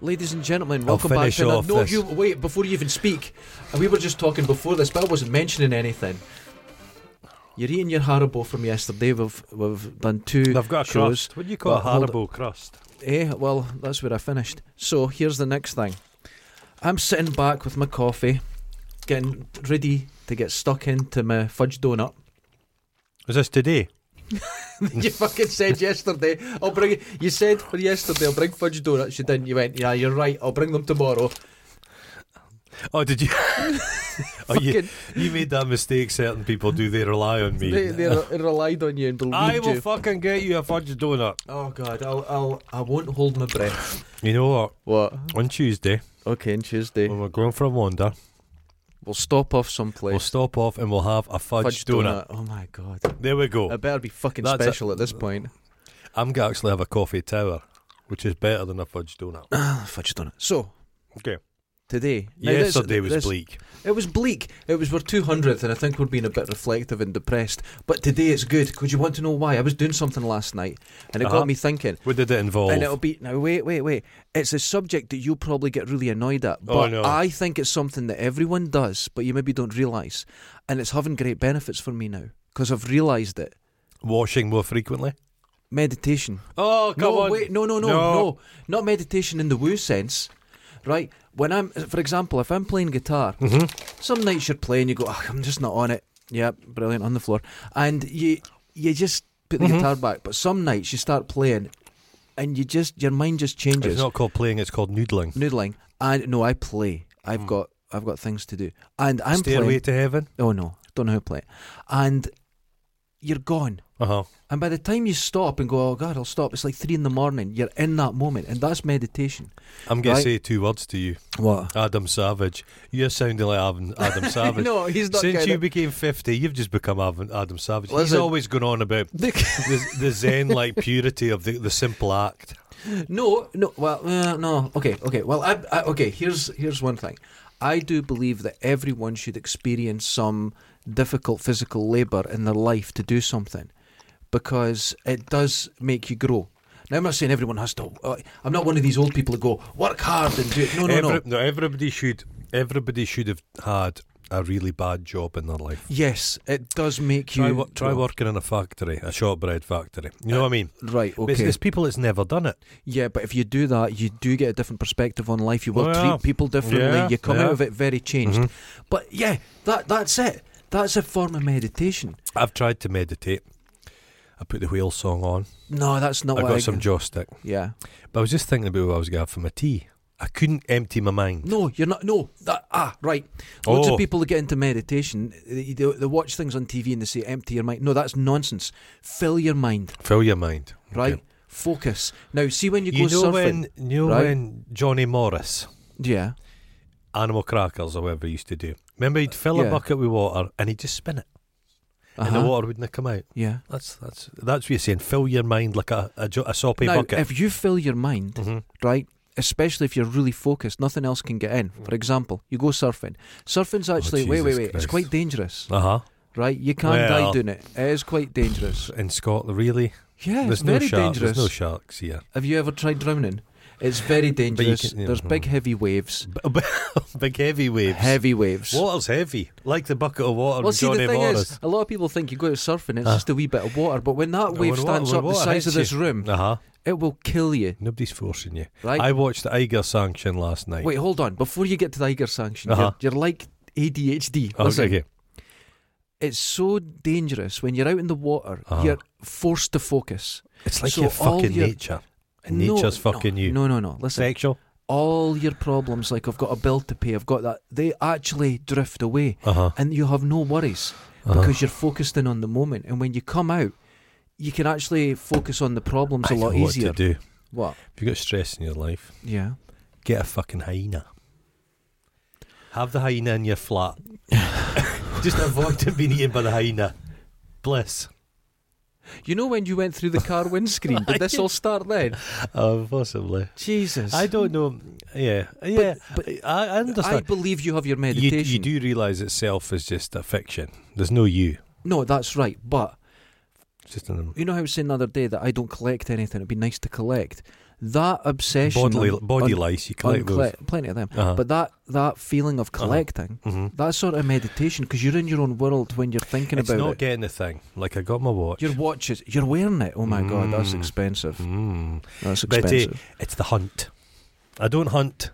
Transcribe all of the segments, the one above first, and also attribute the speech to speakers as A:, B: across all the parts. A: ladies and gentlemen, welcome back
B: finish
A: to another-
B: off
A: No,
B: this.
A: you wait before you even speak. And we were just talking before this, but I wasn't mentioning anything. You're eating your Haribo from yesterday. We've we've done 2
B: They've got a
A: shows.
B: crust. What do you call
A: Well,
B: a
A: hold
B: Haribo crust?
A: Eh, well, that's where I finished. So here's the next thing. I'm sitting back with my coffee, getting ready to get stuck into my fudge donut.
B: Is this today?
A: you fucking said yesterday, I'll bring it. You said for yesterday, I'll bring fudge donuts. You didn't. You went, yeah, you're right, I'll bring them tomorrow.
B: Oh, did you? oh, you,
A: Fucking-
B: you made that mistake. Certain people do. They rely on me.
A: They, they re- relied on you and believed
B: I will
A: you.
B: fucking get you a fudge donut.
A: oh, God, I'll, I'll, I won't hold my breath.
B: You know what?
A: What?
B: On Tuesday,
A: Okay, on Tuesday.
B: when we're going for a wander,
A: We'll stop off
B: we'll
A: someplace.
B: stop off and we'll have a fudge, donut.
A: Oh, my God.
B: There we go.
A: I better be fucking
B: That's a-
A: special at this point.
B: I'm gonna actually have a coffee tower, which is better than a fudge donut.
A: Ah, fudge donut. So,
B: Okay.
A: today. now this-
B: Yesterday was
A: this-
B: bleak.
A: It was bleak. It was our 200th, and I think we're being a bit reflective and depressed. But today it's good because you want to know why. I was doing something last night, and it
B: Uh-huh.
A: got me thinking.
B: What did it involve?
A: And it'll be now. Wait, wait, wait. It's a subject that you'll probably get really annoyed at,
B: Oh,
A: but
B: no.
A: I think it's something that everyone does, but you maybe don't realise, and it's having great benefits for me now because I've realised it.
B: Washing more frequently.
A: Meditation.
B: Oh
A: no, wait, no, no, no, no, Not meditation in the woo sense, right? When I'm, for example, if I'm playing guitar,
B: Mm-hmm.
A: some nights you're playing, you go, "Ah, I'm just not on it. Yeah, brilliant on the floor, and you you just put
B: Mm-hmm.
A: the guitar back. But some nights you start playing, and you just your mind just
B: It's
A: changes.
B: not called playing. It's called noodling.
A: Noodling, and no, I play. I've got I've got things to do, and I'm
B: Stairway
A: playing.
B: to heaven.
A: Oh no, don't know how to play, it. and you're gone.
B: Uh huh.
A: And by the time you stop and go, oh God, I'll stop, it's like three in the morning. You're in that moment, and that's meditation.
B: I'm gonna
A: Right.
B: say two words to you,
A: What?
B: Adam Savage. You're sounding like Adam, Adam Savage.
A: No, he's not.
B: Since
A: getting
B: you
A: it.
B: became 50, you've just become Adam, Adam Savage. He's
A: Listen.
B: always going on about the, the zen like purity of the, the simple act.
A: no, no. Well, uh, no. Okay, okay. Well, I, I, okay. Here's here's one thing. I do believe that everyone should experience some difficult physical labor in their life to do something, because it does make you grow. Now, I'm not saying everyone has to. Uh, I'm not one of these old people that go work hard and do it. No, no, no.
B: Every- everybody should everybody should have had a really bad job in their life.
A: Yes, it does make you
B: Try, wo- try
A: grow.
B: working in a factory, a shortbread factory. You know what I mean?
A: Right.
B: But
A: Okay.
B: It's, it's people that's never done it.
A: Yeah, but if you do that, you do get a different perspective on life. You will
B: Oh, yeah.
A: treat people differently.
B: Yeah,
A: you come
B: yeah. Mm-hmm.
A: out of it very changed. But yeah, that that's it. That's a form of meditation.
B: I've tried to meditate. I put the wheel song on.
A: No, that's not
B: I
A: what I
B: got some joy stick.
A: yeah.
B: But I was just thinking about what I was going to have for my tea. I couldn't empty my mind.
A: No, you're not. No, that ah right. Lots
B: Oh.
A: of people that get into meditation, they, they, they watch things on TV and they say empty your mind. No, that's nonsense. Fill your mind,
B: Fill your mind. Okay.
A: right? Focus. Now, see when you,
B: You
A: go
B: know
A: surfing.
B: when you know
A: right?
B: when Johnny Morris,
A: yeah.
B: Animal Crackers or whatever he used to do. Remember he'd fill a
A: Yeah.
B: bucket with water and he'd just spin it and
A: uh-huh,
B: the water wouldn't come out.
A: Yeah.
B: That's that's that's what you're saying. Fill your mind like a a, jo- a soppy
A: now,
B: bucket.
A: if you fill your mind,
B: Mhm.
A: right? Especially if you're really focused, nothing else can get in. For example, you go surfing. Surfing's actually wait, wait,
B: Mm. Oh, Jesus
A: wait. It's
B: Christ.
A: quite dangerous,
B: Uh huh.
A: right? You can
B: Well.
A: die doing it. It is quite dangerous.
B: In Scotland, really,
A: Yeah, it's
B: there's no
A: very
B: sharks.
A: dangerous.
B: There's no sharks here.
A: Have you ever tried drowning? It's very dangerous.
B: can- yeah,
A: There's big
B: mhm.
A: heavy waves.
B: B- Big heavy waves.
A: Heavy waves.
B: Water's heavy, like the bucket of water.
A: Well,
B: in
A: see,
B: Johnny
A: the thing
B: Morris.
A: is, a lot of people think you go out surfing, it's
B: Ah.
A: just a wee bit of water. But when that
B: When
A: wave
B: wa-
A: stands
B: when
A: up the
B: water
A: size of
B: hits
A: this room,
B: Uh huh.
A: it will kill you.
B: Nobody's forcing you.
A: Right?
B: I watched the Iger sanction last night.
A: Wait, hold on. Before you get to the Iger sanction,
B: Uh-huh.
A: you're, you're like ADHD.
B: Oh,
A: Listen,
B: okay.
A: it's so dangerous when you're out in the water.
B: Uh-huh.
A: You're forced to focus.
B: It's like
A: So
B: you're
A: all
B: fucking
A: your-
B: nature, and nature's
A: no,
B: fucking
A: no,
B: you.
A: No, no, no. Listen,
B: Sexual.
A: all your problems, like I've got a bill to pay, I've got that. They actually drift away,
B: Uh huh.
A: and you have no worries
B: Uh-huh.
A: because you're focused in on the moment. And when you come out, you can actually focus on the problems a
B: I know
A: lot easier.
B: What to do
A: What?
B: if you got stress in your life?
A: Yeah.
B: Get a fucking hyena. Have the hyena in your flat. Just avoid it being eaten by the hyena. Bliss.
A: You know when you went through the car windscreen? Did this all start then?
B: Oh, possibly.
A: Jesus.
B: I don't know. Yeah, yeah.
A: but
B: I, I
A: I
B: understand.
A: believe you have your
B: you,
A: meditation.
B: you do realise itself is just a fiction. There's no you.
A: No, that's right. But
B: It's just an.
A: you know how I was saying the other day that I don't collect anything. It'd be nice to collect. that obsession
B: Bodily,
A: on-
B: body
A: on-
B: lice, you
A: on
B: collect those.
A: colle- plenty of them.
B: Uh-huh.
A: But that that feeling of collecting,
B: Mhm.
A: that sort of meditation, because you're in your own world when you're thinking
B: It's
A: about
B: not
A: it.
B: getting a thing. Like I got my watch.
A: your watches, you're wearing it. Oh my god, that's
B: Mm.
A: expensive.
B: Mm.
A: That's
B: But, uh,
A: expensive.
B: It's the hunt. I don't hunt.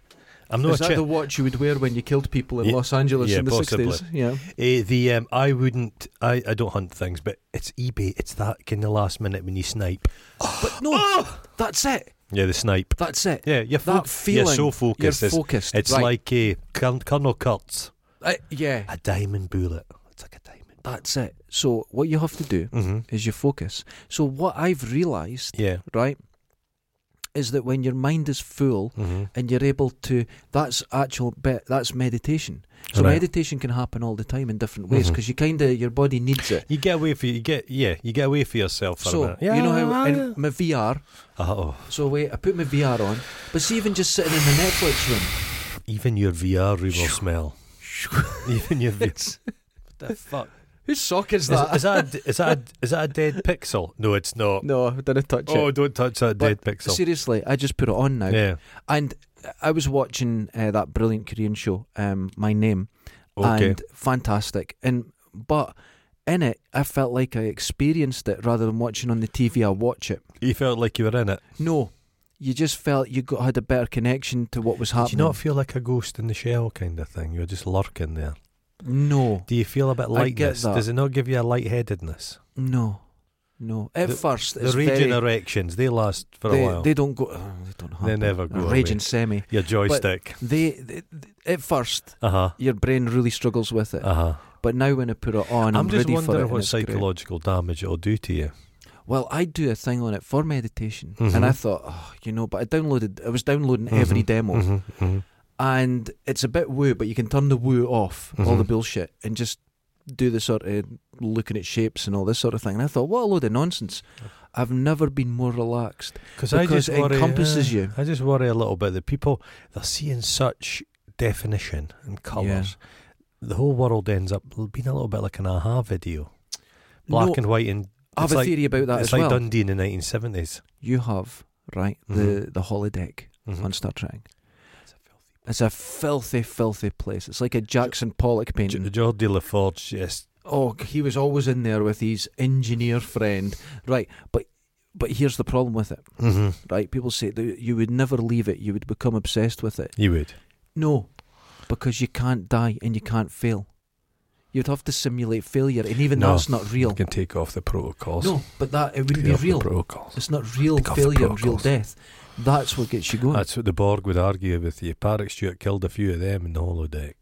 B: I'm
A: Is
B: not a
A: that
B: chi-
A: the watch you would wear when you killed people in
B: Ye-
A: Los Angeles
B: yeah,
A: in the
B: possibly.
A: sixties? Yeah.
B: Eh, the um, I wouldn't. I, I don't hunt things, but it's eBay. It's that kind of last minute when you snipe.
A: But no, that's it.
B: Yeah, the snipe.
A: That's it.
B: Oh! Yeah, you're
A: That
B: foc-
A: feeling.
B: You're so
A: You're
B: focused. It's,
A: focused.
B: it's
A: right.
B: like a Colonel Colonel Kurtz,
A: Uh, yeah,
B: a diamond bullet. It's like a diamond.
A: that's it. So what you have to do
B: Mm-hmm.
A: is you focus. So what I've realised,
B: Yeah.
A: right, is that when your mind is full
B: Mm-hmm.
A: and you're able to, that's actual bit. That's meditation. So
B: Right.
A: meditation can happen all the time in different ways
B: Mhm.
A: because you kind of your body needs it.
B: You get away for you get yeah. You get away for yourself for a
A: So
B: minute. Yeah,
A: you know how
B: yeah,
A: in my VR.
B: yeah. oh,
A: So wait, I put my VR on, but see, even just sitting in the Netflix room.
B: even your VR room will smell. even your VR.
A: It's-
B: the fuck
A: Whose sock is
B: is,
A: that?
B: is that? A, is that? A, is that a dead pixel? No, it's not.
A: no, I didn't touch
B: oh,
A: it.
B: don't touch that
A: But
B: dead pixel.
A: Seriously, I just put it on now.
B: yeah.
A: And I was watching uh, that brilliant Korean show, um, My Name,
B: Okay.
A: and fantastic. And but in it, I felt like I experienced it rather than watching on the TV. I watch it.
B: you felt like you were in it.
A: No, you just felt you got had a better connection to what was
B: Do you
A: happening.
B: not feel like a ghost in the shell kind of thing? You're just lurking there.
A: no,
B: Do you feel a
A: I
B: bit
A: get
B: lightness?
A: that.
B: Does it not give you a lightheadedness?
A: no, no. At
B: The-
A: first,
B: The
A: it's
B: raging
A: very,
B: erections, they last for
A: they,
B: a while.
A: they don't go. oh, they don't happen.
B: never
A: A
B: go away.
A: Raging semi.
B: Your joystick.
A: They, they, at first,
B: Uh huh.
A: your brain really struggles with it.
B: Uh huh.
A: But now when I put it on, I'm,
B: I'm just
A: ready for it.
B: wondering
A: and
B: what
A: it's great.
B: psychological damage it'll do to you.
A: Well, I do a thing on it for meditation,
B: Mhm.
A: and I thought, oh, you know, but I downloaded. I was downloading
B: Mhm.
A: every demo,
B: Mhm, mhm.
A: and it's a bit woo, but you can turn the woo off, all
B: Mhm.
A: the bullshit, and just do the sort of looking at shapes and all this sort of thing. And I thought, what a load of nonsense! I've never been more relaxed.
B: I
A: Because
B: just
A: it
B: worry,
A: encompasses
B: yeah,
A: you.
B: I just worry a little bit that people they're seeing such definition and colours. The whole world ends up l- being a little bit like an aha video, black
A: no,
B: and white, and
A: I have
B: it's
A: a
B: like-
A: theory about that
B: it's
A: as
B: like
A: well.
B: Dundee in the 1970s.
A: you have right
B: Mm-hmm.
A: the the holodeck
B: Mhm.
A: on Star Trek. It's a filthy, filthy place. It's like a Jackson Pollock
B: J-
A: painting.
B: Geordie LaForge, yes,
A: oh, he was always in there with his engineer friend, right? But but here's the problem with it,
B: mm-hmm.
A: right? People say that you would never leave it; you would become obsessed with it.
B: you would.
A: No, because you can't die and you can't fail. You'd have to simulate failure, and even
B: No.
A: that's not real.
B: You can take off the protocols.
A: No, but that it
B: Take
A: would be
B: off the
A: real.
B: protocols.
A: It's not real
B: Take off the Uh,
A: failure and real
B: protocols.
A: death. That's what gets you going.
B: That's what the Borg would argue with you. Patrick Stewart killed a few of them in the holodeck.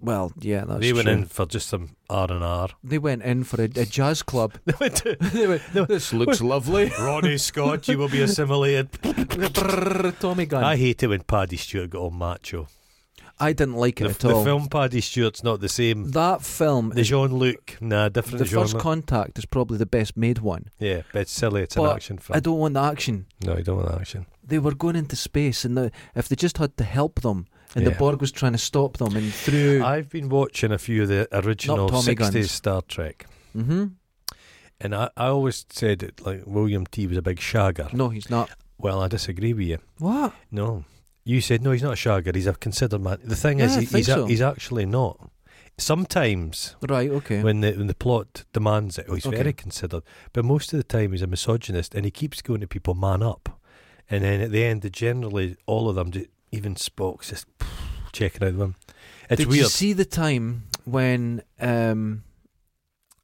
A: well, yeah, that's
B: they went
A: true.
B: in for just some R and R.
A: They went in for a, a jazz club.
B: They went to
A: They went, this looks lovely.
B: Ronnie Scott, you will be assimilated.
A: Brrr, Tommy gun.
B: I
A: I,
B: hate it when Paddy Stewart got all macho.
A: didn't like it
B: The,
A: at
B: the
A: all.
B: film Paddy Stewart's not the same.
A: That film,
B: The
A: is-
B: Jean Luc, nah, different
A: the
B: genre.
A: first contact, is probably the best made one.
B: yeah, but it's silly. It's
A: But
B: an action
A: I
B: film.
A: don't want the action.
B: No, you don't want action.
A: They were going into space, and the, if they just had to help them, and the
B: Yeah.
A: Borg was trying to stop them, and through.
B: I've been watching a few of the original
A: Tommy
B: 60s
A: Guns.
B: Star Trek,
A: hmm
B: and I, I always said that like William T was a big shagger.
A: No, he's not.
B: Well, I disagree with you.
A: What?
B: No, you said no. He's not a shagger. He's a considered man. The thing
A: Yeah,
B: is,
A: I
B: he,
A: think
B: he's a-
A: so.
B: he's actually not. Sometimes
A: Right, okay.
B: when the when the plot demands it. Oh, he's
A: Okay.
B: very considered, but most of the time he's a misogynist, and he keeps going to people, man up, and then at the end, they generally all of them, do, even Spock's just checking out them. It's
A: Did
B: weird.
A: you see the time when um,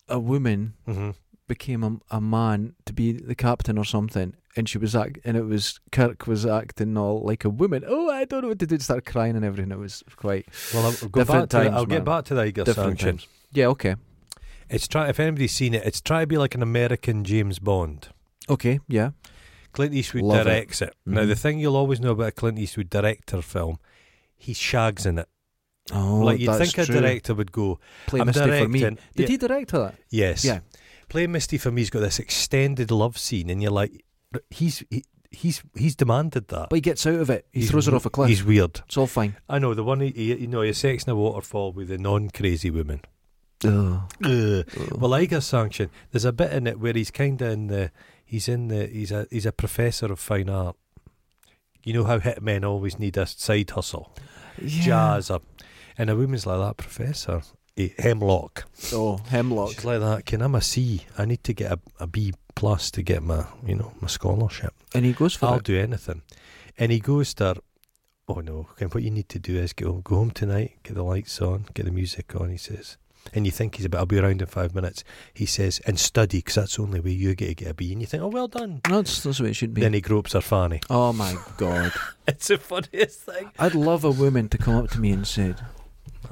A: a woman
B: Mhm.
A: became a, a man to be the captain or something, and she was act, and it was Kirk was acting all like a woman. Oh, I don't know what to do. Start crying and everything. It was quite
B: Well, I'll, I'll go back
A: Different
B: to the-
A: times,
B: I'll
A: man.
B: get back to the Iger
A: different.
B: Sanction.
A: Times. Yeah. Okay.
B: It's try if anybody's seen it, it's try to be like an American James Bond.
A: Okay. Yeah.
B: Clint Eastwood
A: Love it.
B: directs it. Now, the
A: Mhm.
B: thing you'll always know about a Clint Eastwood director film, he shags in it.
A: Oh,
B: like you'd
A: that's
B: think
A: true.
B: a director would go,
A: Play
B: I'm
A: Misty for me. Did
B: directing. Yeah.
A: he direct her?
B: Yes.
A: Yeah.
B: Play Misty for me's got this extended love scene, and you're like, he's he, he's he's demanded that.
A: But he gets out of it. He
B: He's
A: throws her
B: w-
A: off a cliff.
B: He's weird.
A: It's all fine.
B: I know the one he, he you know he sex in a waterfall with a non-crazy woman.
A: Ugh.
B: Ugh.
A: Ugh.
B: Oh, Well, Iger Sanction. There's a bit in it where he's kind of in the he's in the he's a he's a professor of fine art, You know how hitmen always need a side hustle,
A: Yeah.
B: jazz, or, and a woman's like that professor, eh, Hemlock.
A: Oh, hemlock.
B: She's like that. Can I'm a C? I need to get a, a B plus to get my you know my scholarship.
A: And he goes for
B: I'll
A: it.
B: do anything. And he goes to her, oh no, okay, what you need to do is go home, go home tonight, get the lights on, get the music on, he says. And you think he's about, I'll be around in five minutes. He says, and study, because that's the only way you're going to get a B. And you think, oh, well done.
A: No, that's, that's the way it should be.
B: Then he gropes her fanny.
A: oh my god.
B: It's the funniest thing.
A: I'd love a woman to come up to me and said,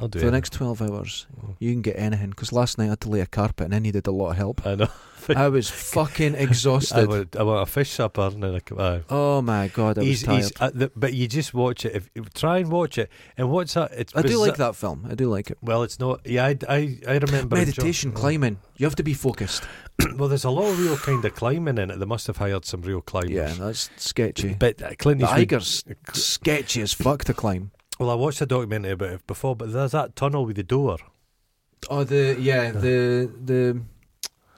B: I'll do
A: for the
B: it.
A: next 12 hours,
B: Oh.
A: you can get anything. Because last night I had to lay a carpet and I needed a lot of help.
B: I know.
A: I was fucking
B: I
A: exhausted.
B: want, I want a fish supper and then a cup of-
A: Oh my god, I was
B: He's,
A: tired.
B: he's, uh, the, but you just watch it. If, if Try and watch it. And what's that? It's
A: I do
B: bizar-
A: like that film. I do like it.
B: Well, it's not. Yeah, I, I, I remember. enjoying-
A: Meditation, climbing. You have to be focused.
B: Well, there's a lot of real kind of climbing in it. They must have hired some real climbers.
A: Yeah, that's sketchy.
B: But uh, Clint
A: The
B: Eastwood.
A: Eiger's sketchy as fuck to climb.
B: Well, I watched a documentary about it before, but there's that tunnel with the door.
A: Oh, the yeah, the the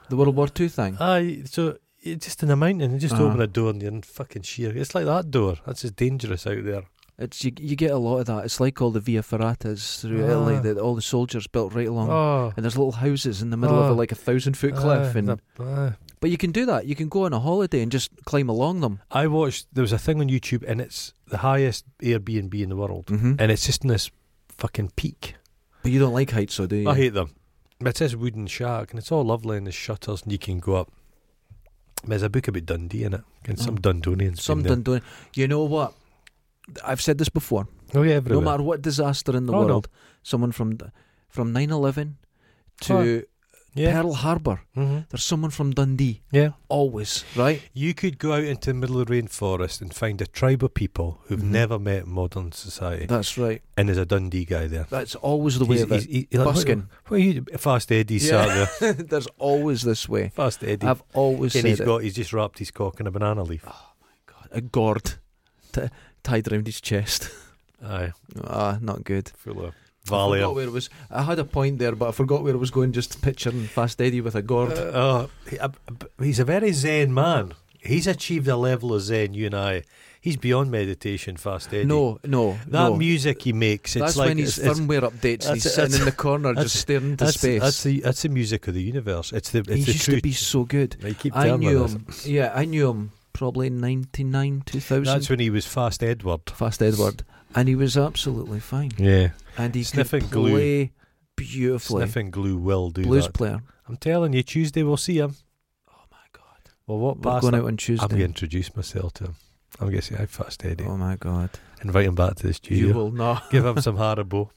A: the World War Two thing.
B: Aye, so it's just in a mountain. You just
A: Mm. Uh-huh.
B: open a door and you're in fucking sheer. It's like that door. That's as dangerous out there.
A: It's you, you get a lot of that. It's like all the Via Ferratas through Italy
B: Ah.
A: that all the soldiers built right along.
B: Oh.
A: And there's little houses in the middle of a,
B: Ah.
A: like a thousand foot cliff,
B: Aye,
A: and
B: the- aye.
A: but you can do that. You can go on a holiday and just climb along them.
B: I watched. There was a thing on YouTube, and it's the highest Airbnb in the world,
A: Mm-hmm.
B: and it's just in this fucking peak.
A: But you don't like heights, so do you?
B: I hate them. But it's this wooden shack, and it's all lovely, and the shutters, and you can go up. There's a book about Dundee in it, and some
A: Mm.
B: Dundonians.
A: Some
B: been
A: done doing. You know what? I've said this before.
B: there. Oh yeah, everywhere.
A: No matter what disaster in the
B: Oh, no.
A: world, someone from from 9/11 to
B: yeah.
A: Pearl Harbor,
B: hmm
A: there's someone from Dundee
B: yeah.
A: always, right?
B: You could go out into the middle of the rainforest and find a tribe of people who've
A: Mhm.
B: never met modern society,
A: That's right.
B: and there's a Dundee guy there.
A: That's always the way
B: He's-
A: of it.
B: he's- he- like, what-
A: Busking.
B: What, are you? Fast Eddie
A: Yeah.
B: sat there.
A: there's always this way.
B: Fast Eddie.
A: I've always
B: and
A: said
B: he's
A: it. Ah.
B: got. He's just wrapped his cock in a banana leaf.
A: a gourd t- tied around his chest.
B: Aye,
A: Ah, not good.
B: full of
A: I forgot
B: valium.
A: where it was. I had a point there, but I forgot where it was going. Just picturing Fast Eddie with a gourd.
B: Uh, he- uh, b- he's a very zen man. He's achieved a level of zen you and I. He's beyond meditation, fast Eddie.
A: no, no,
B: that
A: no.
B: music he makes, it's
A: that's
B: like
A: when his
B: it's- it's-
A: firmware updates. And
B: that's
A: he's
B: it,
A: sitting in the corner,
B: that's-
A: just staring into
B: that's,
A: space.
B: That's the that's the music of the universe. It's the it's
A: he
B: the
A: used
B: truth.
A: to be so good.
B: I keep
A: I
B: telling
A: knew
B: us.
A: him. Yeah, I knew him probably 99, 2000.
B: That's when he was fast Edward.
A: Fast Edward. And he was absolutely fine.
B: Yeah,
A: And he
B: Sniffing
A: could
B: glue.
A: play beautifully.
B: sniffing glue will do
A: Blues
B: that.
A: player.
B: I'm telling you, Tuesday we'll see him.
A: Oh my God.
B: Well, what
A: We're
B: past?
A: going
B: I'm
A: out on
B: going
A: Tuesday.
B: to introduce myself to him. I'm going to say hi, fast Eddie.
A: Oh my God.
B: Invite him back to the
A: You
B: studio.
A: will not.
B: Give him some Haribo.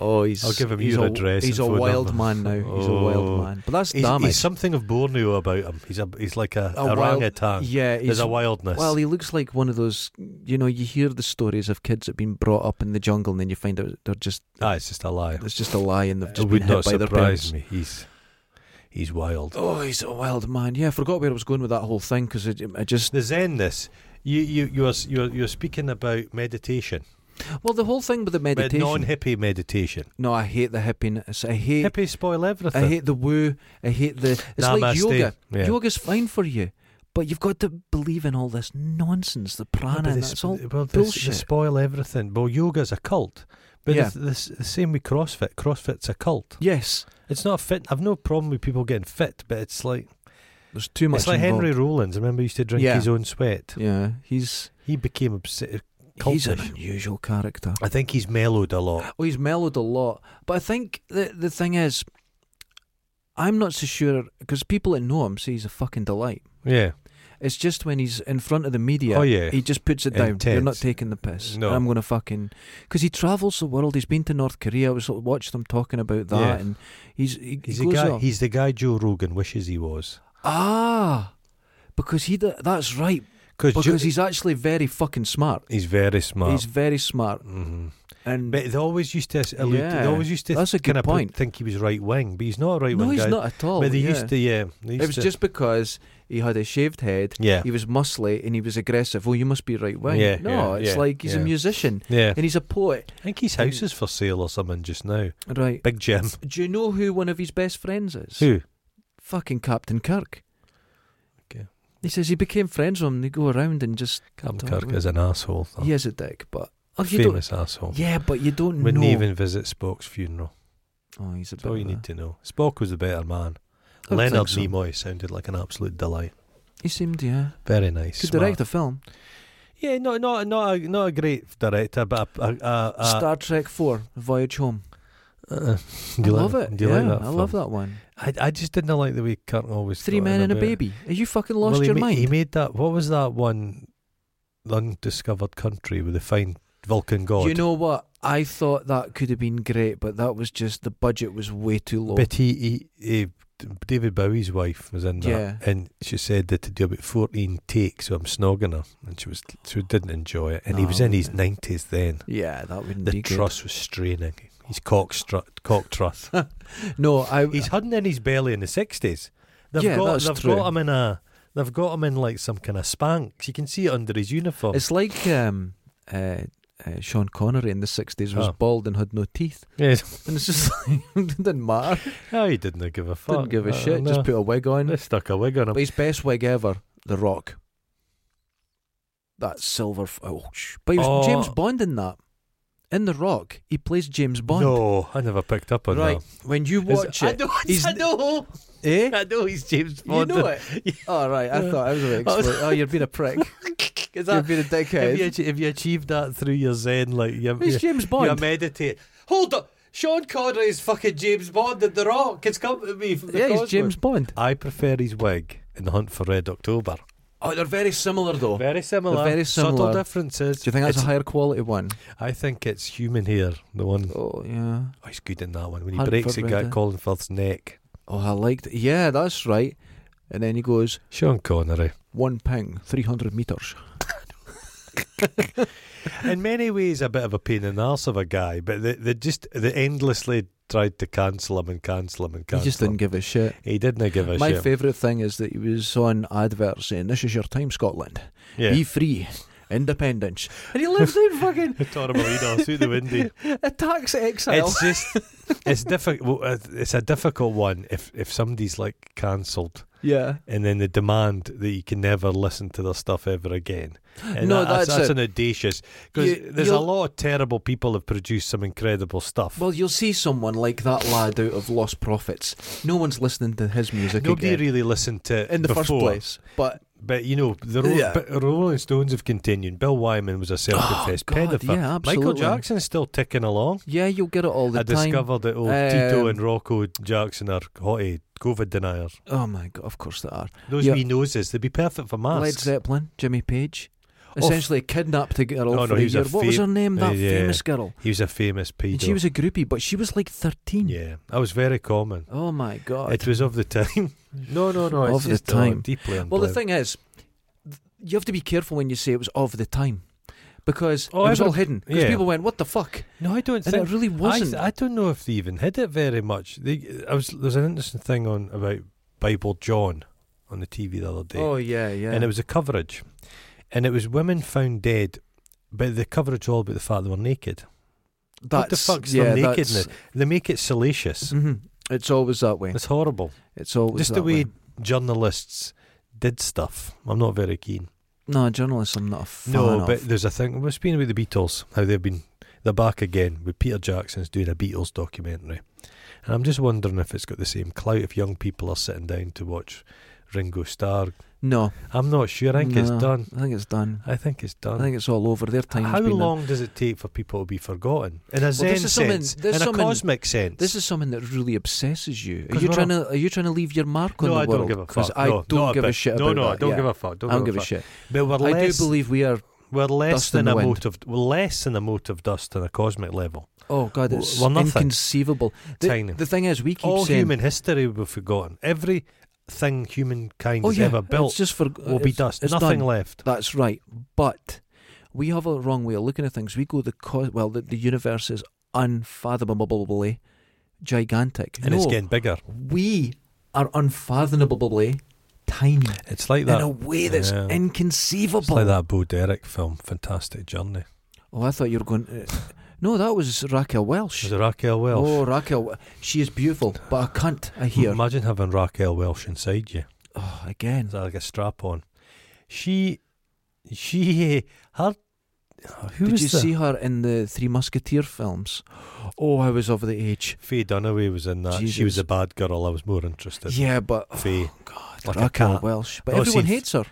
A: Oh, he's.
B: I'll give him
A: he's
B: your
A: a,
B: address
A: He's
B: and
A: a
B: phone
A: wild
B: number.
A: man now. He's a wild
B: Oh.
A: man. But that's
B: He's,
A: damage.
B: he's something of Borneo about him. He's a he's like a,
A: A wild-
B: orangutan.
A: yeah, Oh, he's.
B: There's a wildness.
A: well, he looks like one of those. You know, you hear the stories of kids that have been brought up in the jungle, and then you find out they're just.
B: ah, it's just a lie.
A: It's just a lie, and they've
B: It
A: just
B: would
A: been hit
B: not
A: by their parents.
B: surprise me. He's he's wild.
A: Oh, he's a wild man. Yeah, I forgot where I was going with that whole thing because I, I just
B: The Zenness. You you you are you are, you are speaking about meditation,
A: well the whole thing with the meditation.
B: but non hippie meditation.
A: no, I hate the hippiness. I hate
B: Hippies spoil everything.
A: I hate the woo. I hate the. Uh, It's like
B: Namaste.
A: yoga.
B: Yeah.
A: Yoga's fine for you, but you've got to believe in all this nonsense, the
B: Yeah,
A: prana.
B: but
A: and
B: they
A: that's
B: sp-
A: all.
B: well, they s-
A: bullshit.
B: They spoil everything. Well, yoga's a cult, but
A: Yeah.
B: it's the, s- the same with CrossFit. CrossFit's a cult.
A: Yes,
B: It's not fit. I've no problem with people getting fit, but it's like
A: there's too much.
B: it's like
A: involved.
B: Henry Rollins. Remember, he used to drink
A: Yeah.
B: his own sweat.
A: Yeah, he's
B: He became obsessive.
A: he's an
B: Cultish.
A: unusual character.
B: I think he's mellowed a lot.
A: Oh, he's mellowed a lot. But I think the the thing is, I'm not so sure because people that know him say he's a fucking delight.
B: Yeah.
A: It's just when he's in front of the media,
B: Oh yeah.
A: he just puts it down. You're not
B: Intense.
A: taking the piss.
B: No.
A: I'm going to fucking because he travels the world. He's been to North Korea. I was watched him talking about that,
B: Yeah.
A: and he's he,
B: he's
A: he
B: the
A: goes
B: guy.
A: off.
B: He's the guy Joe Rogan wishes he was.
A: ah because he d- that's right
B: Cause Joe-
A: because he's actually very fucking smart.
B: he's very smart.
A: He's very smart,
B: hmm
A: and
B: But they always used to s- allude.
A: Yeah,
B: they always used to
A: that's a good
B: kinda put-
A: point.
B: think he was right wing, but he's not a right
A: no,
B: wing
A: he's
B: guy.
A: not at all.
B: But they
A: yeah.
B: used to. Yeah. They used
A: It was
B: to-
A: just because he had a shaved head,
B: Yeah.
A: he was muscly, and he was aggressive. Oh, you must be right wing.
B: Yeah,
A: no,
B: yeah,
A: it's
B: yeah,
A: like he's a
B: yeah.
A: musician
B: Yeah.
A: and he's a poet.
B: I think his house is for sale or something just now.
A: Right.
B: Big Jim.
A: Do you know who one of his best friends is?
B: Who?
A: Fucking Captain Kirk.
B: Okay.
A: He says he became friends with him. They go around and just.
B: Captain
A: talk
B: Kirk
A: about-
B: is an asshole. Though.
A: He is a dick, but oh, you don't.
B: famous asshole.
A: Yeah, but you don't
B: Wouldn't
A: know.
B: even visit Spock's funeral.
A: Oh, he's a
B: That's
A: bit
B: all you
A: of
B: need
A: a-
B: to know. Spock was the better man.
A: I would think
B: Leonard
A: so.
B: Nimoy sounded like an absolute delight.
A: He seemed yeah.
B: Very nice.
A: Could
B: smart.
A: direct a film.
B: Yeah, not not not a, not a great director, but a, a, a, a
A: Star Trek Four: Voyage Home.
B: Uh, do
A: I
B: you
A: love
B: like,
A: it.
B: Do you
A: yeah,
B: like that?
A: I love
B: film?
A: that one.
B: I, I just didn't like the way Kurt always.
A: Three
B: thought
A: men and a
B: about it.
A: baby. Have you fucking lost
B: Well, he
A: your
B: ma-
A: mind?
B: He made that. What was that one? Undiscovered country with the fine Vulcan god.
A: You know what? I thought that could have been great, but that was just the budget was way too low.
B: But he, he, he- David Bowie's wife was in that,
A: Yeah.
B: and she said that to do about fourteen takes, so I'm snogging her, and she was she didn't enjoy it, and he
A: Oh,
B: was in his
A: okay.
B: nineties then.
A: yeah, that wouldn't
B: The
A: be good.
B: truss was straining. He's cock strut, cock truss.
A: No, I.
B: He's hidden in his belly in the sixties. They've
A: Yeah,
B: got
A: that's
B: they've
A: true.
B: got him in a they've got him in like some kind of spanks. You can see it under his uniform.
A: it's like um, uh, uh, Sean Connery in the '60s was
B: Oh.
A: bald and had no teeth,
B: yes.
A: and it's just like it didn't matter.
B: Oh, he didn't give a fuck.
A: didn't give a
B: Uh,
A: shit.
B: no.
A: Just put a wig on.
B: they stuck a wig on him.
A: But his best wig ever, The Rock. That silver. F- oh, sh- but he was
B: Oh.
A: James Bond in that. In The Rock, he plays James Bond.
B: No, I never picked up on
A: right. When you
B: that. Is-
A: watch
B: I
A: it,
B: know,
A: he's-
B: I know,
A: eh?
B: I know he's James
A: You
B: Bond.
A: know it. All right, I
B: Yeah.
A: thought I was going to
B: Oh,
A: explain. Oh, you've been a prick.
B: Is
A: you've
B: that,
A: been a
B: have,
A: dickhead.
B: you, ach- have you achieved that through your zen? Like you,
A: Who's
B: you,
A: James
B: you
A: Bond?
B: meditate. Hold up, Sean Connery is fucking James Bond in The Rock. It's come to me from the
A: yeah, he's
B: cosmos.
A: James Bond.
B: I prefer his wig in The Hunt for Red October.
A: Oh, they're very similar though. Do
B: Very similar.
A: They're very
B: Subtle
A: similar.
B: differences.
A: you think that's
B: It's-
A: a higher quality one?
B: I think it's human hair. The one. Oh,
A: Oh yeah.
B: he's good in that one. When he
A: Hunt
B: breaks
A: for
B: a
A: Red eh?
B: guy
A: October.
B: Colin Firth's neck.
A: Oh, I liked. Yeah, that's right. And then he goes
B: Sean Connery.
A: one ping, three hundred meters.
B: in many ways, a bit of a pain in the arse of a guy, but they, they just they endlessly tried to cancel him and cancel him and
A: He
B: cancel
A: just
B: him.
A: didn't give a shit.
B: He didn't give a
A: My
B: Oh, shit.
A: favourite thing is that he was on adverts saying, "This is your time, Scotland.
B: yeah.
A: Be free, independence." And he lives in fucking
B: Torremolinos through the windy.
A: attacks exile.
B: It's just, it's difficult. It's a difficult one if if somebody's like cancelled.
A: yeah.
B: and then the demand that you can never listen to their stuff ever again. And
A: No,
B: that- that's,
A: that's
B: that's
A: it.
B: an audacious because
A: You-
B: there's a
A: you'll-
B: lot of terrible people have produced some incredible stuff.
A: Well, you'll see someone like that lad out of Lost Prophets. No one's listening to his music
B: Nobody
A: again
B: really listened to it
A: in the
B: before,
A: first place. But
B: but you know the Ro-
A: Yeah.
B: but Rolling Stones have continued. Bill Wyman was a self-confessed
A: Oh, God,
B: pedophile.
A: yeah,
B: Michael
A: absolutely.
B: Jackson's still ticking along.
A: yeah, you'll get it all the
B: I
A: time.
B: discovered that old Tito
A: Um,
B: and Rocco Jackson are hottie COVID deniers.
A: oh my god! Of course they are.
B: Those
A: yeah. eh?
B: wee noses, they'd be perfect for
A: Led
B: masks.
A: Zeppelin, Jimmy Page,
B: Oh,
A: essentially kidnapped a girl
B: No, no,
A: for
B: he
A: a
B: was a
A: year. what was
B: fa-
A: her name? That
B: Yeah.
A: famous girl.
B: He was a famous pedo.
A: And she was a groupie, but she was like thirteen.
B: yeah, that was very common.
A: Oh my god!
B: It was of the time. No, no, no.
A: Of
B: it's
A: the
B: just, oh,
A: time.
B: deeply
A: Well, the
B: unbelievable.
A: thing is, th- you have to be careful when you say it was of the time, because
B: Oh,
A: it was
B: every-
A: all hidden. Because
B: yeah.
A: people went, "What the fuck?"
B: No, I don't
A: and
B: think.
A: it really
B: I,
A: wasn't.
B: th- I don't know if they even hid it very much. They, I was there's an interesting thing on about Bible John on the TV the other day,
A: oh yeah, yeah.
B: and it was a coverage, and it was women found dead, but the coverage all about the fact they were naked.
A: that's,
B: what the fuck's their nakedness? They make it salacious.
A: hmm It's always that way.
B: It's horrible.
A: It's always that
B: Just the way, journalists did stuff. I'm not very keen.
A: No, journalists, I'm not a fan
B: No,
A: of.
B: but there's a thing. We're speaking about the Beatles, how they've been. They're back again with Peter Jackson's doing a Beatles documentary. And I'm just wondering if it's got the same clout if young people are sitting down to watch Ringo Starr.
A: no,
B: I'm not sure. I think it's
A: No,
B: done.
A: I think it's done.
B: I think it's
A: I
B: done.
A: think it's all over. Their time.
B: how long does it take for people to be forgotten? In a Zen
A: is something-
B: sense, in
A: there's
B: a
A: something-
B: cosmic sense.
A: This is something that really obsesses you. Are
B: 'Cause
A: you
B: we're
A: trying to? Are you trying to leave your mark on
B: no,
A: the
B: I
A: world?
B: don't give a
A: 'Cause
B: fuck.
A: I
B: no,
A: don't
B: not a
A: give a
B: bit.
A: shit
B: No,
A: about
B: no, I
A: that,
B: don't
A: yeah.
B: give a fuck. Don't
A: I don't
B: give
A: give a shit.
B: But we're
A: I do
B: less,
A: believe we are.
B: we're less
A: dust in
B: than
A: the
B: a
A: wind.
B: mote of we're less than a mote of dust on a cosmic level.
A: Oh God, it's
B: Well, nothing.
A: inconceivable. The,
B: Tiny.
A: the thing is, we keep
B: all
A: saying,
B: human history will be forgotten. Everything humankind
A: "Oh
B: has
A: yeah,
B: ever
A: it's
B: built
A: just for
B: will be
A: it's-
B: dust.
A: it's
B: Nothing
A: done.
B: left.
A: That's right. But we have a wrong way of looking at things. We go the cause. Well, the, the universe is unfathomably gigantic.
B: And
A: no,
B: it's getting bigger.
A: we are unfathomably tiny
B: It's like
A: in
B: that.
A: a way that's
B: yeah. It's
A: inconceivable.
B: like that Bo Derek film, Fantastic Journey.
A: Oh, I thought you were going. Uh, no, that was Raquel Welsh.
B: Was it Raquel Welsh?
A: Oh, Raquel, Wel- she is beautiful, but a cunt. I hear.
B: Imagine having Raquel Welsh inside you.
A: Oh, again.
B: It's like a strap on. She, she, her. Who
A: Did
B: was
A: you
B: the-
A: see her in the Three Musketeer films? Oh, I was of the age.
B: Faye Dunaway was in that. She was
A: Jesus.
B: a bad girl. I was more interested.
A: Yeah, but oh,
B: Faye.
A: God,
B: Like a
A: Raquel
B: cat.
A: Welsh. But
B: No,
A: everyone
B: she's
A: hates her.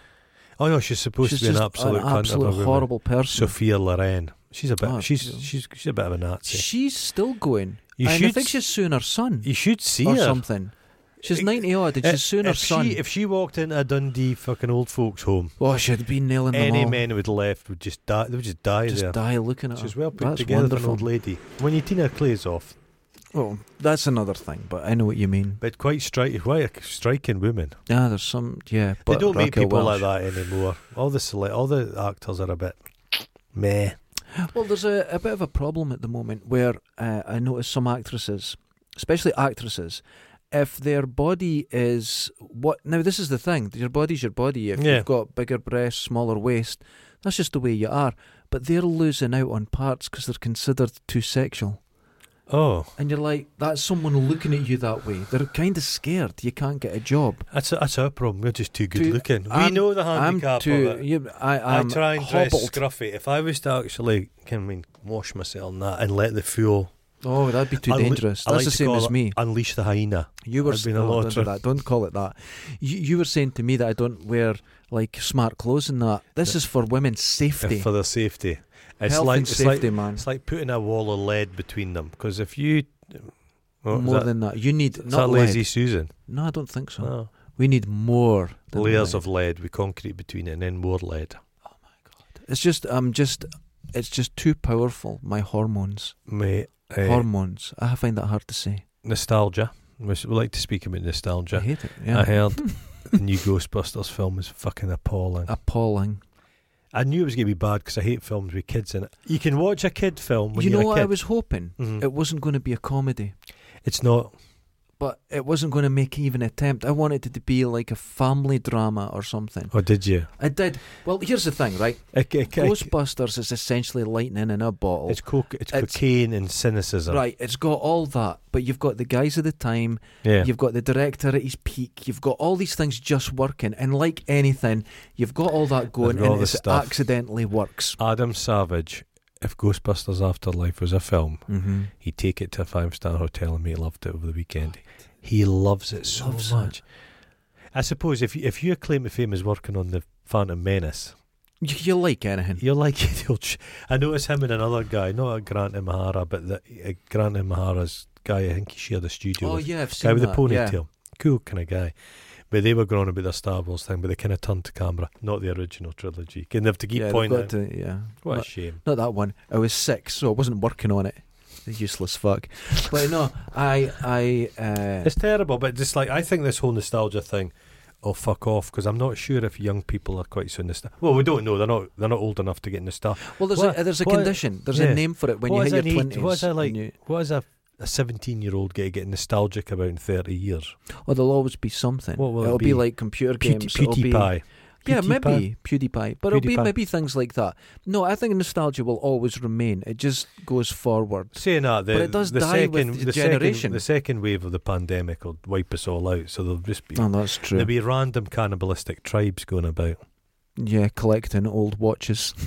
B: Oh no, she's supposed
A: She's
B: to be an
A: just
B: absolute,
A: an
B: cunt of a
A: absolute
B: woman.
A: horrible person.
B: Sophia Loren. She's a bit.
A: Oh,
B: she's
A: yeah.
B: she's she's a bit of a Nazi.
A: She's still going.
B: You
A: and I
B: should
A: think
B: s-
A: she's suing her son
B: You should see
A: or
B: her.
A: something. She's
B: Eh,
A: 90 odd and
B: Eh,
A: she's suing her
B: if
A: son.
B: She, if she walked into a Dundee fucking old folks home,
A: oh, she'd be nailing them
B: any
A: all.
B: men who had left would just die. They would just die
A: Just
B: there.
A: die looking at her.
B: She's well put
A: That's
B: together, for an
A: wonderful.
B: old lady. When you Tina Clay's off,
A: Oh, that's another thing, but I know what you mean.
B: but quite striking. Why a striking woman?
A: Yeah, there's some. Yeah, but
B: they don't make
A: Raquel
B: people
A: Welch.
B: like that anymore. All the select, all the actors are a bit meh.
A: Well, there's a, a bit of a problem at the moment where uh, I notice some actresses, especially actresses, if their body is what now this is the thing your body's your body if
B: Yeah.
A: you've got bigger breasts smaller waist that's just the way you are but they're losing out on parts because they're considered too sexual
B: Oh,
A: and you're like that's someone looking at you that way they're kind of scared you can't get a job
B: that's that's our problem. We're just too good
A: Too-
B: looking. we
A: I'm-
B: know the
A: i'm
B: handicap
A: too
B: of it.
A: you, i
B: I
A: am
B: try and dress
A: Um, hobbled.
B: scruffy. If I was to actually, can I mean, wash myself and that, and let the fuel
A: oh that'd be too
B: I li-
A: dangerous
B: I
A: that's
B: like
A: the
B: to
A: same
B: call
A: as
B: it
A: me
B: unleash the hyena.
A: You were
B: I've been
A: s-
B: a
A: no,
B: lot
A: don't do
B: of-
A: that. Don't call it that. You, you were saying to me that I don't wear like smart clothes and that. This
B: Yeah.
A: is for women's safety,
B: for their safety. It's
A: health
B: like
A: and
B: it's
A: safety,
B: like
A: man.
B: it's like putting a wall of lead between them. Because if you What was
A: more
B: that?
A: than that, you need
B: Is that
A: not
B: lazy
A: lead.
B: Susan.
A: No, I don't think so.
B: No.
A: We need more than
B: Layers
A: lead.
B: of lead with concrete between it and then more lead.
A: It's just I'm just. It's just too powerful. My hormones,
B: Mate, eh,
A: hormones. I find that hard to say.
B: nostalgia. We s- we like to speak about
A: I
B: nostalgia.
A: hate it. Yeah.
B: I heard the new Ghostbusters film is fucking appalling.
A: Appalling.
B: I knew it was going to be bad because I hate films with kids in it. You can watch a kid film when
A: you know
B: are a
A: what
B: kid.
A: I was hoping?
B: Mhm.
A: It wasn't going to be a comedy.
B: It's not.
A: but it wasn't going to make even attempt. I wanted it to be like a family drama or something.
B: Oh, did you?
A: I did. Well, here's the thing, right?
B: It, it, it,
A: Ghostbusters is essentially lightning in a bottle.
B: it's, coca- it's
A: It's-
B: cocaine and cynicism.
A: Right, it's got all that, but you've got the guys of the time,
B: Yeah.
A: you've got the director at his peak, you've got all these things just working, and like anything, you've got all that going,
B: got all
A: and
B: this
A: it
B: stuff.
A: accidentally works.
B: Adam Savage, if Ghostbusters Afterlife was a film,
A: Mm-hmm.
B: he'd take it to a five star hotel and he loved it over the weekend. He loves it so
A: Loves it.
B: much. I suppose if you, if your claim to fame is working on the Phantom Menace,
A: You, you like anything?
B: you're like the old. Ch- I noticed him and another guy, not Grant Imahara, but the uh, Grant Imahara's guy. I think he shared a studio
A: Oh
B: with.
A: yeah, I've
B: guy
A: seen
B: with the
A: that. yeah.
B: ponytail, cool kind of guy. But they were going on about their Star Wars thing, but they kind of turned to camera, not the original trilogy. And they have to keep
A: Yeah, they've
B: pointing.
A: got
B: out.
A: to- yeah.
B: What a
A: But-
B: shame.
A: Not that one. I was six, so I wasn't working on it. Useless fuck. But no, I I uh,
B: It's terrible, but just like I think this whole nostalgia thing, oh fuck off, because I'm not sure if young people are quite so nostalgic. Well, we don't know. They're not. They're not old enough to get nostalgia.
A: well, there's
B: What-
A: a there's a
B: what-
A: condition. There's
B: yeah.
A: a name for it when
B: What
A: you
B: is
A: hit your
B: an age-
A: twenties.
B: what is it like? What is a a 17 year old going to get nostalgic about in 30 years?
A: Or there'll always be something.
B: What will it
A: it'll be?
B: be?
A: like computer
B: Pewd-
A: games. it'll be-
B: PewDiePie.
A: Yeah,
B: PewDiePie?
A: maybe PewDiePie, but it'll be
B: PewDiePie.
A: maybe things like that. No, I think nostalgia will always remain. It just goes forward.
B: Saying that, the,
A: But it does
B: the
A: die
B: second,
A: with the
B: second-
A: generation.
B: the second wave of the pandemic will wipe us all out, so there'll just be
A: Oh, that's true.
B: there'll be random cannibalistic tribes going about.
A: Yeah, collecting old watches.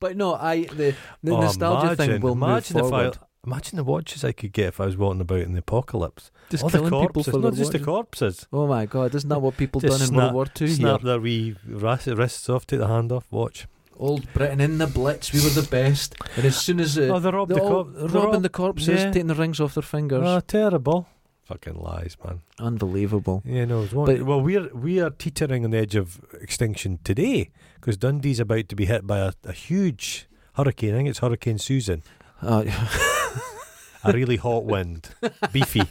A: but no, I the, the
B: Oh,
A: nostalgia thing
B: imagine-
A: will
B: imagine
A: move
B: if I-
A: forward.
B: Imagine the watches I could get if I was walking about in the apocalypse.
A: just
B: All
A: killing
B: the
A: people
B: corpses.
A: for
B: no,
A: their
B: just the
A: watches.
B: corpses.
A: Oh my god, isn't that what people
B: Just
A: done in
B: snap-
A: World War Two?
B: Snap
A: Here?
B: their wee ras- wrists off, take the hand off, watch.
A: Old Britain in the Blitz, we were the best. And as soon as uh,
B: oh, they robbed
A: they're
B: the
A: all
B: cop.
A: robbing the corpses,
B: yeah.
A: taking the rings off their fingers,
B: Oh, terrible. Fucking lies, man.
A: unbelievable.
B: Yeah, no. It's one,
A: But-
B: well, we're we are teetering on the edge of extinction today because Dundee's about to be hit by a, a huge hurricane. I think it's Hurricane Susan.
A: Uh,
B: A really hot wind, beefy,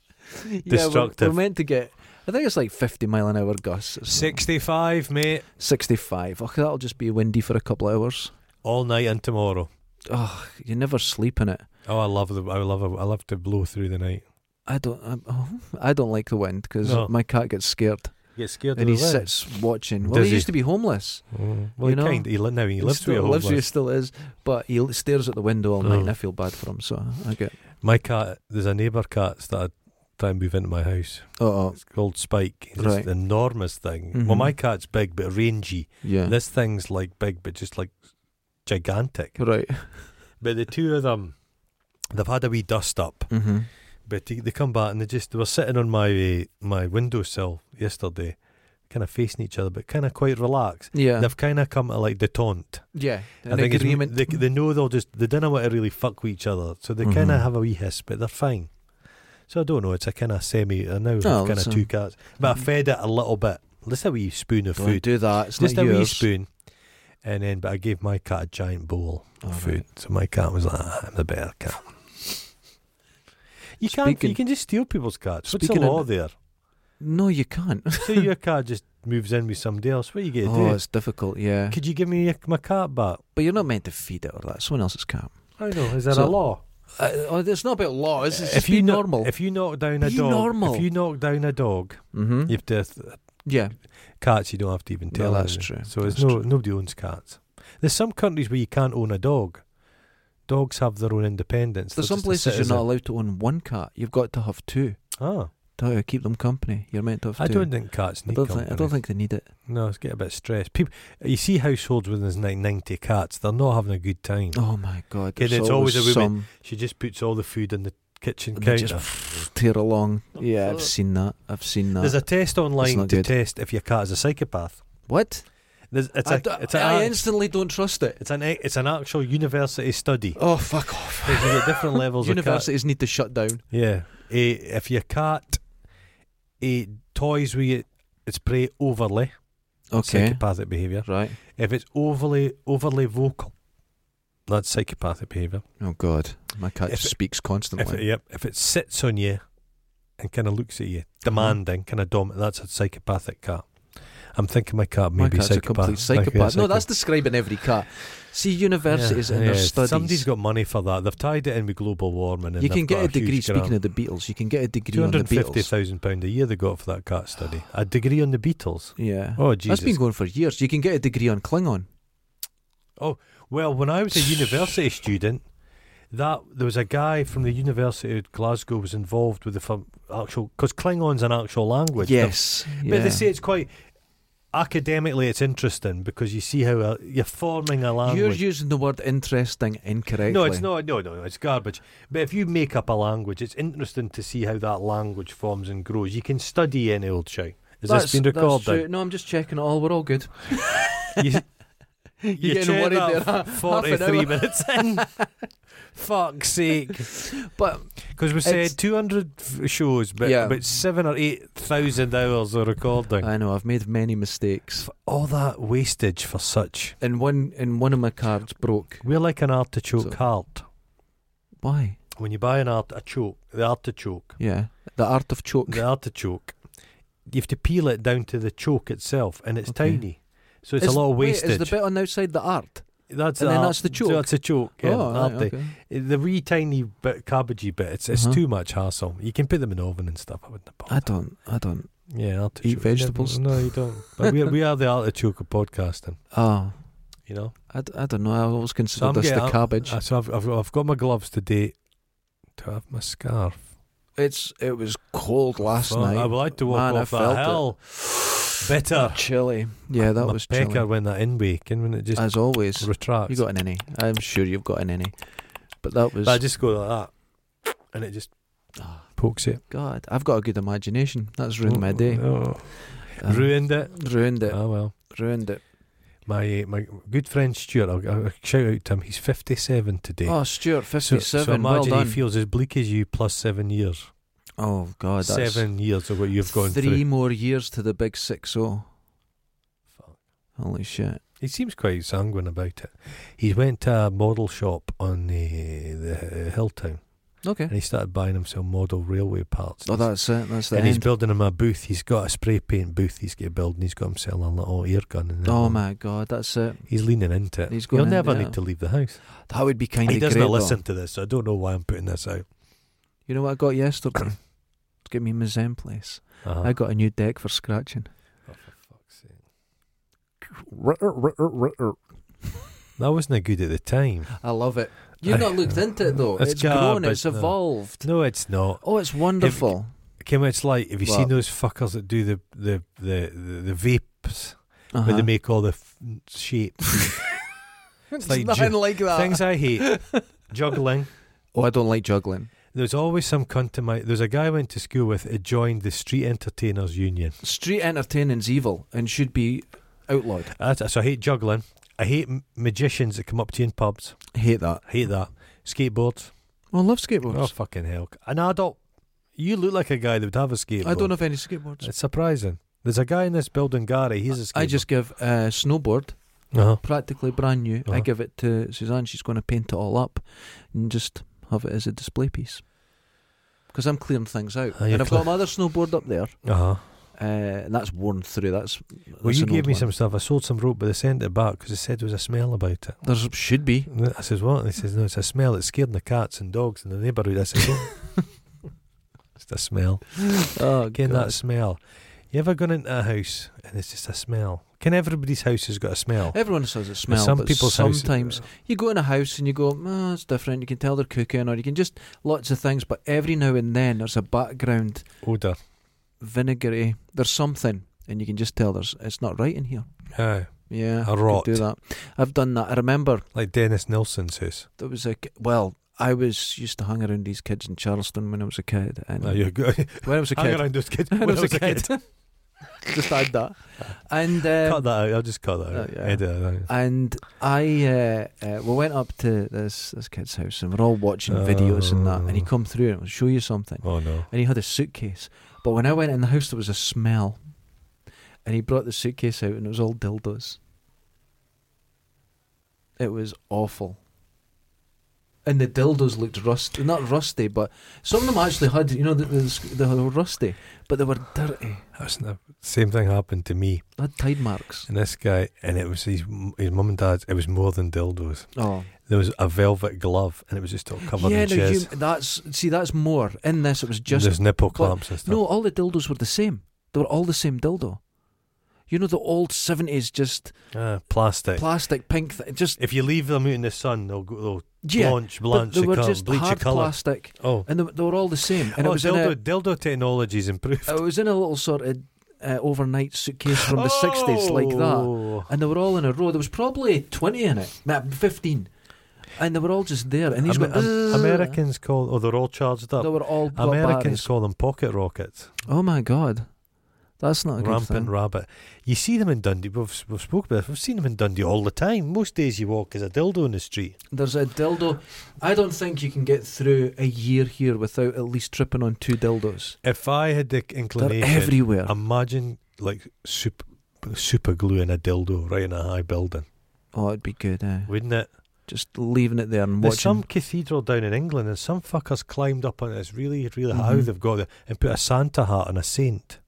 A: yeah, we're, we're
B: Destructive.
A: meant to get. I think it's like 50 mile an hour gusts. It's
B: sixty-five, mate,
A: 65. Oh, that'll just be windy for a couple of hours.
B: all night and tomorrow.
A: Oh, you never sleep in it.
B: Oh, I love the I love I love to blow through the night.
A: I don't. I, oh, I don't like the wind because
B: No.
A: my cat gets scared
B: Get scared
A: and he
B: of the wind.
A: sits watching. Well,
B: Does
A: he,
B: he?
A: used to be homeless.
B: Mm. Well,
A: you
B: he
A: know?
B: kind he li- now he lives
A: still
B: with a
A: lives
B: homeless.
A: he still is, but he l- stares at the window all night,
B: Oh.
A: and I feel bad for him. So I get
B: My cat, there's a neighbour cat that I try and move into my house.
A: Oh,
B: It's called Spike. It's
A: Right.
B: this enormous thing. Well,
A: Mhm.
B: my cat's big but rangy.
A: yeah.
B: This thing's like big but just like gigantic.
A: right.
B: But the two of them, they've had a wee dust up.
A: Mm-hmm.
B: But they, they come back and they just they were sitting on my uh, my windowsill yesterday, kind of facing each other, but kind of quite relaxed.
A: Yeah.
B: They've kind of come to like detente.
A: yeah. An
B: I think it's-
A: agreement.
B: they, they know they'll just they don't want to really fuck with each other, so they
A: Mhm.
B: kind of have a wee hiss, but they're fine. So I don't know. It's a kind of semi. I now
A: Oh, Mm.
B: have kind
A: that's
B: of
A: a-
B: two cats, but I fed it a little bit, just a wee spoon of
A: Don't
B: food,
A: do that. It's
B: just
A: not
B: a wee
A: yours.
B: spoon, and then but I gave my cat a giant bowl
A: All right.
B: food. So my cat was like, ah, I'm the better cat. You can't.
A: Speaking-
B: You can just steal people's cats. What's the
A: Speaking of-
B: law there?
A: No, you can't.
B: Say your cat just moves in with somebody else. What are you going to
A: oh,
B: do?
A: it's difficult. Yeah.
B: Could you give me a- my cat back?
A: But you're not meant to feed it or that. Someone else's cat.
B: I know. Is there a
A: So-
B: law?
A: Uh, oh, it's not about laws. It's just
B: you
A: be
B: kno-
A: normal.
B: if you knock down a
A: Be
B: dog,
A: normal.
B: if you knock down a dog,
A: mm-hmm.
B: you have to th-
A: Yeah.
B: cats. You don't have to even
A: No,
B: tell.
A: that's
B: anything.
A: true.
B: So there's
A: That's
B: no nobody owns cats. There's some countries where you can't own a dog. Dogs have their own independence.
A: There's some
B: They're just a
A: places you're
B: citizen.
A: not allowed to own one cat. You've got to have two
B: Ah,
A: to keep them company. You're meant to have
B: I
A: two.
B: don't think cats
A: I
B: need.
A: don't, think, I
B: company.
A: don't think they need it.
B: No, it's getting a bit stressed. People, you see households with there's like ninety cats, they're not having a good time.
A: Oh my god!
B: Okay,
A: there's
B: it's always a woman
A: some
B: She just puts all the food in the kitchen
A: and they
B: counter.
A: just tear along. Yeah, I've seen that. I've seen that.
B: There's a test online
A: not
B: to
A: good.
B: test if your cat is a psychopath.
A: what?
B: There's, it's,
A: I
B: a,
A: d-
B: it's, a,
A: I instantly don't trust it.
B: it's an a- it's an actual university study.
A: Oh fuck off!
B: Because you get different levels of cat.
A: Universities need to shut down.
B: Yeah, Eh, if your cat eh, toys with you, its prey overly
A: Okay,
B: psychopathic behaviour.
A: right.
B: If it's overly overly vocal, that's psychopathic behaviour.
A: Oh god, my cat
B: If it-
A: speaks
B: If it,
A: constantly.
B: yep, if it sits on you and kind of looks at you, demanding,
A: Mm-hmm.
B: kind of dominant, that's a psychopathic cat. I'm thinking my cat may
A: my
B: be
A: cat's a
B: psychopath.
A: complete
B: Might be a
A: psychopath. No,
B: psycho-
A: that's describing every cat. See,
B: Yeah,
A: universities and their
B: yeah,
A: studies.
B: Somebody's got money for that. They've tied it in with global warming. And
A: you can
B: they've
A: get
B: got
A: a degree.
B: huge
A: Speaking
B: grant.
A: of the Beatles, you can get a degree
B: two
A: on the
B: hundred fifty
A: Beatles.
B: thousand pound a year they got for that cat study. A degree on the Beatles.
A: Yeah,
B: Oh
A: that's
B: Jesus!
A: been going for years. You can get a degree on Klingon.
B: well, when I was a university student, that there was a guy from the University of Glasgow was involved with the fir- actual because Klingon's an actual language. They're
A: yes,
B: But
A: yeah.
B: they say it's quite academically, it's interesting because you see how uh, you're forming a
A: You're
B: language.
A: using the word interesting incorrectly.
B: no, it's not. No, no, no, it's garbage. But if you make up a language, it's interesting to see how that language forms and grows. You can study any old show. Is
A: That's-
B: this being
A: that's true.
B: recorded?
A: No, I'm just checking it all. We're all good.
B: You, you
A: getting
B: check
A: worried
B: that
A: there, half an
B: Forty-three
A: hour.
B: minutes in. Fuck's sake!
A: But
B: Because we
A: It's-
B: said two hundred shows, but
A: Yeah.
B: about seven or eight thousand hours of recording.
A: I know I've made many mistakes.
B: For all that wastage for such.
A: And one and one of my cards broke.
B: We're like an artichoke
A: So-
B: heart.
A: Why?
B: When you buy an art a choke, the artichoke,
A: Yeah, the art of choke.
B: the artichoke, you have to peel it down to the choke itself, and it's
A: Okay.
B: tiny. So it's,
A: Is-
B: a lot of
A: wait, is
B: wastage.
A: the bit on the outside the art?
B: that's
A: and
B: a
A: then
B: art-
A: that's the
B: so
A: choke.
B: That's a choke. Yeah,
A: oh, right,
B: arty.
A: okay.
B: Eh, The wee tiny bit cabbagey bit. It's, it's
A: Uh-huh.
B: too much hassle. You can put them in the oven and stuff. I wouldn't bother.
A: I don't. I don't.
B: yeah, artichoke. You never-
A: vegetables?
B: No, you don't. But we, we are the artichoke of podcasting.
A: Oh,
B: You know.
A: I, d- I don't know. I always
B: I'm
A: considered this
B: getting-
A: the
B: I'm-
A: cabbage.
B: Uh, So I've, I've I've got my gloves today. Do I have my scarf?
A: it's it was cold last
B: Well,
A: night.
B: I would like to walk
A: Man, I
B: off that
A: felt it.
B: hill. Better.
A: Chilly. Yeah, that
B: My
A: was
B: pecker
A: chilly.
B: when that in way can when it just
A: As always,
B: retracts.
A: you got an any. I'm sure you've got an any. But that was
B: But I just go like that, and it just
A: Ah.
B: pokes it.
A: God. I've got a good imagination. That's ruined my day.
B: Oh.
A: Um,
B: Ruined it.
A: Ruined it.
B: Oh well.
A: Ruined it.
B: My uh, my good friend Stuart. I'll, I'll shout out to him. He's fifty seven today.
A: Oh, Stuart,
B: so,
A: fifty-seven.
B: so
A: well
B: imagine
A: done.
B: he feels as bleak as you plus seven years.
A: oh God, that's
B: seven years of what you've gone
A: three
B: through.
A: more years to the big six zero. Holy shit!
B: He seems quite sanguine about it. He went to a model shop on the, the Hilltown
A: Okay.
B: and he started buying himself model railway parts.
A: Oh, that's it. That's the
B: and he's
A: end.
B: building him a booth. He's got a spray paint booth he's got building. He's got himself a little air gun. And
A: Oh
B: everything.
A: my God, that's it.
B: He's leaning into it.
A: He's
B: He'll
A: going in,
B: never
A: yeah.
B: need to leave the house.
A: That would be kind
B: He
A: of great.
B: doesn't
A: though.
B: listen to this, so I don't know why I'm putting this out.
A: You know what I got yesterday? Give me my Zen place.
B: Uh-huh.
A: I got a new deck for scratching.
B: Oh, for fuck's sake.
A: I
B: That wasn't good at the time.
A: love it. You've not looked into it though.
B: It's
A: It's grown.
B: garbage,
A: It's
B: though.
A: evolved.
B: No, it's not.
A: Oh, it's wonderful.
B: Kim, it's like have you
A: What?
B: seen those fuckers that do the the the the, the vapes
A: Uh-huh.
B: where they make all the f- shapes?
A: it's
B: like
A: nothing
B: ju-
A: like that.
B: Things I hate. Juggling.
A: oh, I don't like juggling.
B: There's always some cunt in my. There's a guy I went to school with. It joined the Street Entertainers Union.
A: Street entertaining's evil and should be outlawed.
B: That's, so I hate juggling. I hate m- magicians that come up to you in pubs.
A: I hate that.
B: I hate that. Skateboards.
A: Well, I love
B: Oh
A: skateboards.
B: fucking hell! An adult. You look like a guy that would have a skateboard.
A: I don't have any skateboards.
B: It's surprising. There's a guy in this building, Gary. He's a skateboard.
A: I just give a snowboard,
B: Uh-huh.
A: practically brand new. I
B: Uh-huh.
A: give it to Suzanne. She's going to paint it all up and just have it as a display piece. Because I'm clearing things out.
B: Ah, you're
A: and I've
B: clear-
A: got my other snowboard up there,
B: Uh-huh.
A: uh, and that's worn through. That's, that's
B: Well, you
A: an
B: gave
A: old
B: me
A: one.
B: some stuff. I sold some rope, but they sent it back because they said there was a smell about it.
A: There should be.
B: And I says, what? And they says, no, it's a smell. It's scaring the cats and dogs in the neighbourhood. I says, oh. it's a smell.
A: Oh,
B: Again,
A: God.
B: that smell. You ever gone into a house and it's just a smell? Can everybody's house has got a smell?
A: Everyone says it smells.
B: some
A: but
B: people's house-
A: sometimes you go in a house and you go, oh, it's different. You can tell they're cooking, or you can just lots of things. But every now and then there's a background
B: Odour.
A: vinegary. There's something, and you can just tell there's it's not right in here.
B: Aye.
A: Yeah,
B: A
A: I could
B: rot.
A: do that. I've done that. I remember
B: Like Dennis Nilsson's house.
A: there was a ki- well. I was used to hang around these kids in Charleston when I was a kid, and
B: Oh, you're good.
A: when I was a
B: Hang
A: kid,
B: around those kids.
A: when
B: When I was a kid.
A: just add that, and um,
B: Cut that out. I'll just cut that
A: Oh,
B: out.
A: yeah.
B: Edit that out.
A: And I, uh, uh, we went up to this this kid's house, and we're all watching videos and that. And he
B: Oh.
A: come through and will show you something.
B: Oh, no.
A: And he had a suitcase, but when I went in the house, there was a smell. And he brought the suitcase out, and it was all dildos. It was awful. And the dildos looked rusty, not rusty, but some of them actually had, you know, the, the, they were rusty, but they were dirty.
B: That was the same thing happened to me.
A: They had tide marks.
B: And this guy, and it was his, his mum and dad's, it was more than dildos.
A: Oh.
B: There was a velvet glove, and it was just all covered
A: yeah,
B: in
A: no, you,
B: jizz.
A: that's see, that's more in this. It was just
B: There's nipple clamps and stuff.
A: no. All the dildos were the same. They were all the same dildo. You know the old seventies, just
B: Ah, plastic.
A: plastic pink, th- just
B: if you leave them out in the sun, they'll, go, they'll
A: yeah.
B: blanch,
A: but
B: blanch
A: they
B: the
A: were
B: colour,
A: just
B: bleach the
A: hard
B: uh, colour.
A: plastic,
B: Oh,
A: and they, they were all the same. And
B: oh
A: it was
B: dildo, dildo technology's improved.
A: in a, it was in a little sort of uh, overnight suitcase from the sixties, like that.
B: Oh.
A: And they were all in a row. There was probably twenty in it, nah, fifteen, and they were all just there. And these
B: Am-
A: went
B: Am- Americans call, oh, they're all charged
A: They
B: up.
A: were all got
B: Americans
A: batteries.
B: call them pocket rockets,
A: Oh my god, that's not a good thing.
B: rampant rabbit. You see them in Dundee. We've, we've spoken about. This. We've seen them in Dundee all the time. Most days you walk is a dildo in the street.
A: There's a dildo. I don't think you can get through a year here without at least tripping on two dildos.
B: If I had the
A: They're
B: inclination,
A: everywhere.
B: Um, Imagine like super, super glue and a dildo right in a high building,
A: oh, it'd be good. Eh?
B: wouldn't it?
A: Just leaving it there and
B: There's
A: watching.
B: some cathedral down in England, and some fuckers climbed up on it. It's really, really how
A: Mhm.
B: they've got it and put a Santa hat on a saint.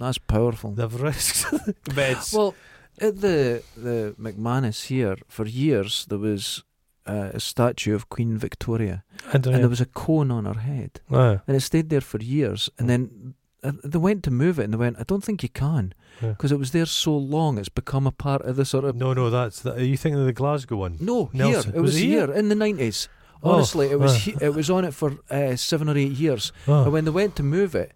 A: That's powerful.
B: They've risked beds.
A: well, at the the McManus here for years there was uh, a statue of Queen Victoria,
B: and,
A: and there was a cone on her head, and it stayed there for years,
B: Hmm.
A: and then. Uh, they went to move it and they went, I don't think you can
B: Yeah.
A: because it was there so long, it's become a part of the sort of
B: uh, no, no, that's the, are you thinking of the Glasgow one?
A: No,
B: Nelson.
A: here it
B: Was
A: was,
B: it
A: here? in the nineties.
B: Oh,
A: Honestly, it was
B: uh.
A: he, it was on it for uh, seven or eight years.
B: Oh,
A: And when they Mm-hmm. went to move it,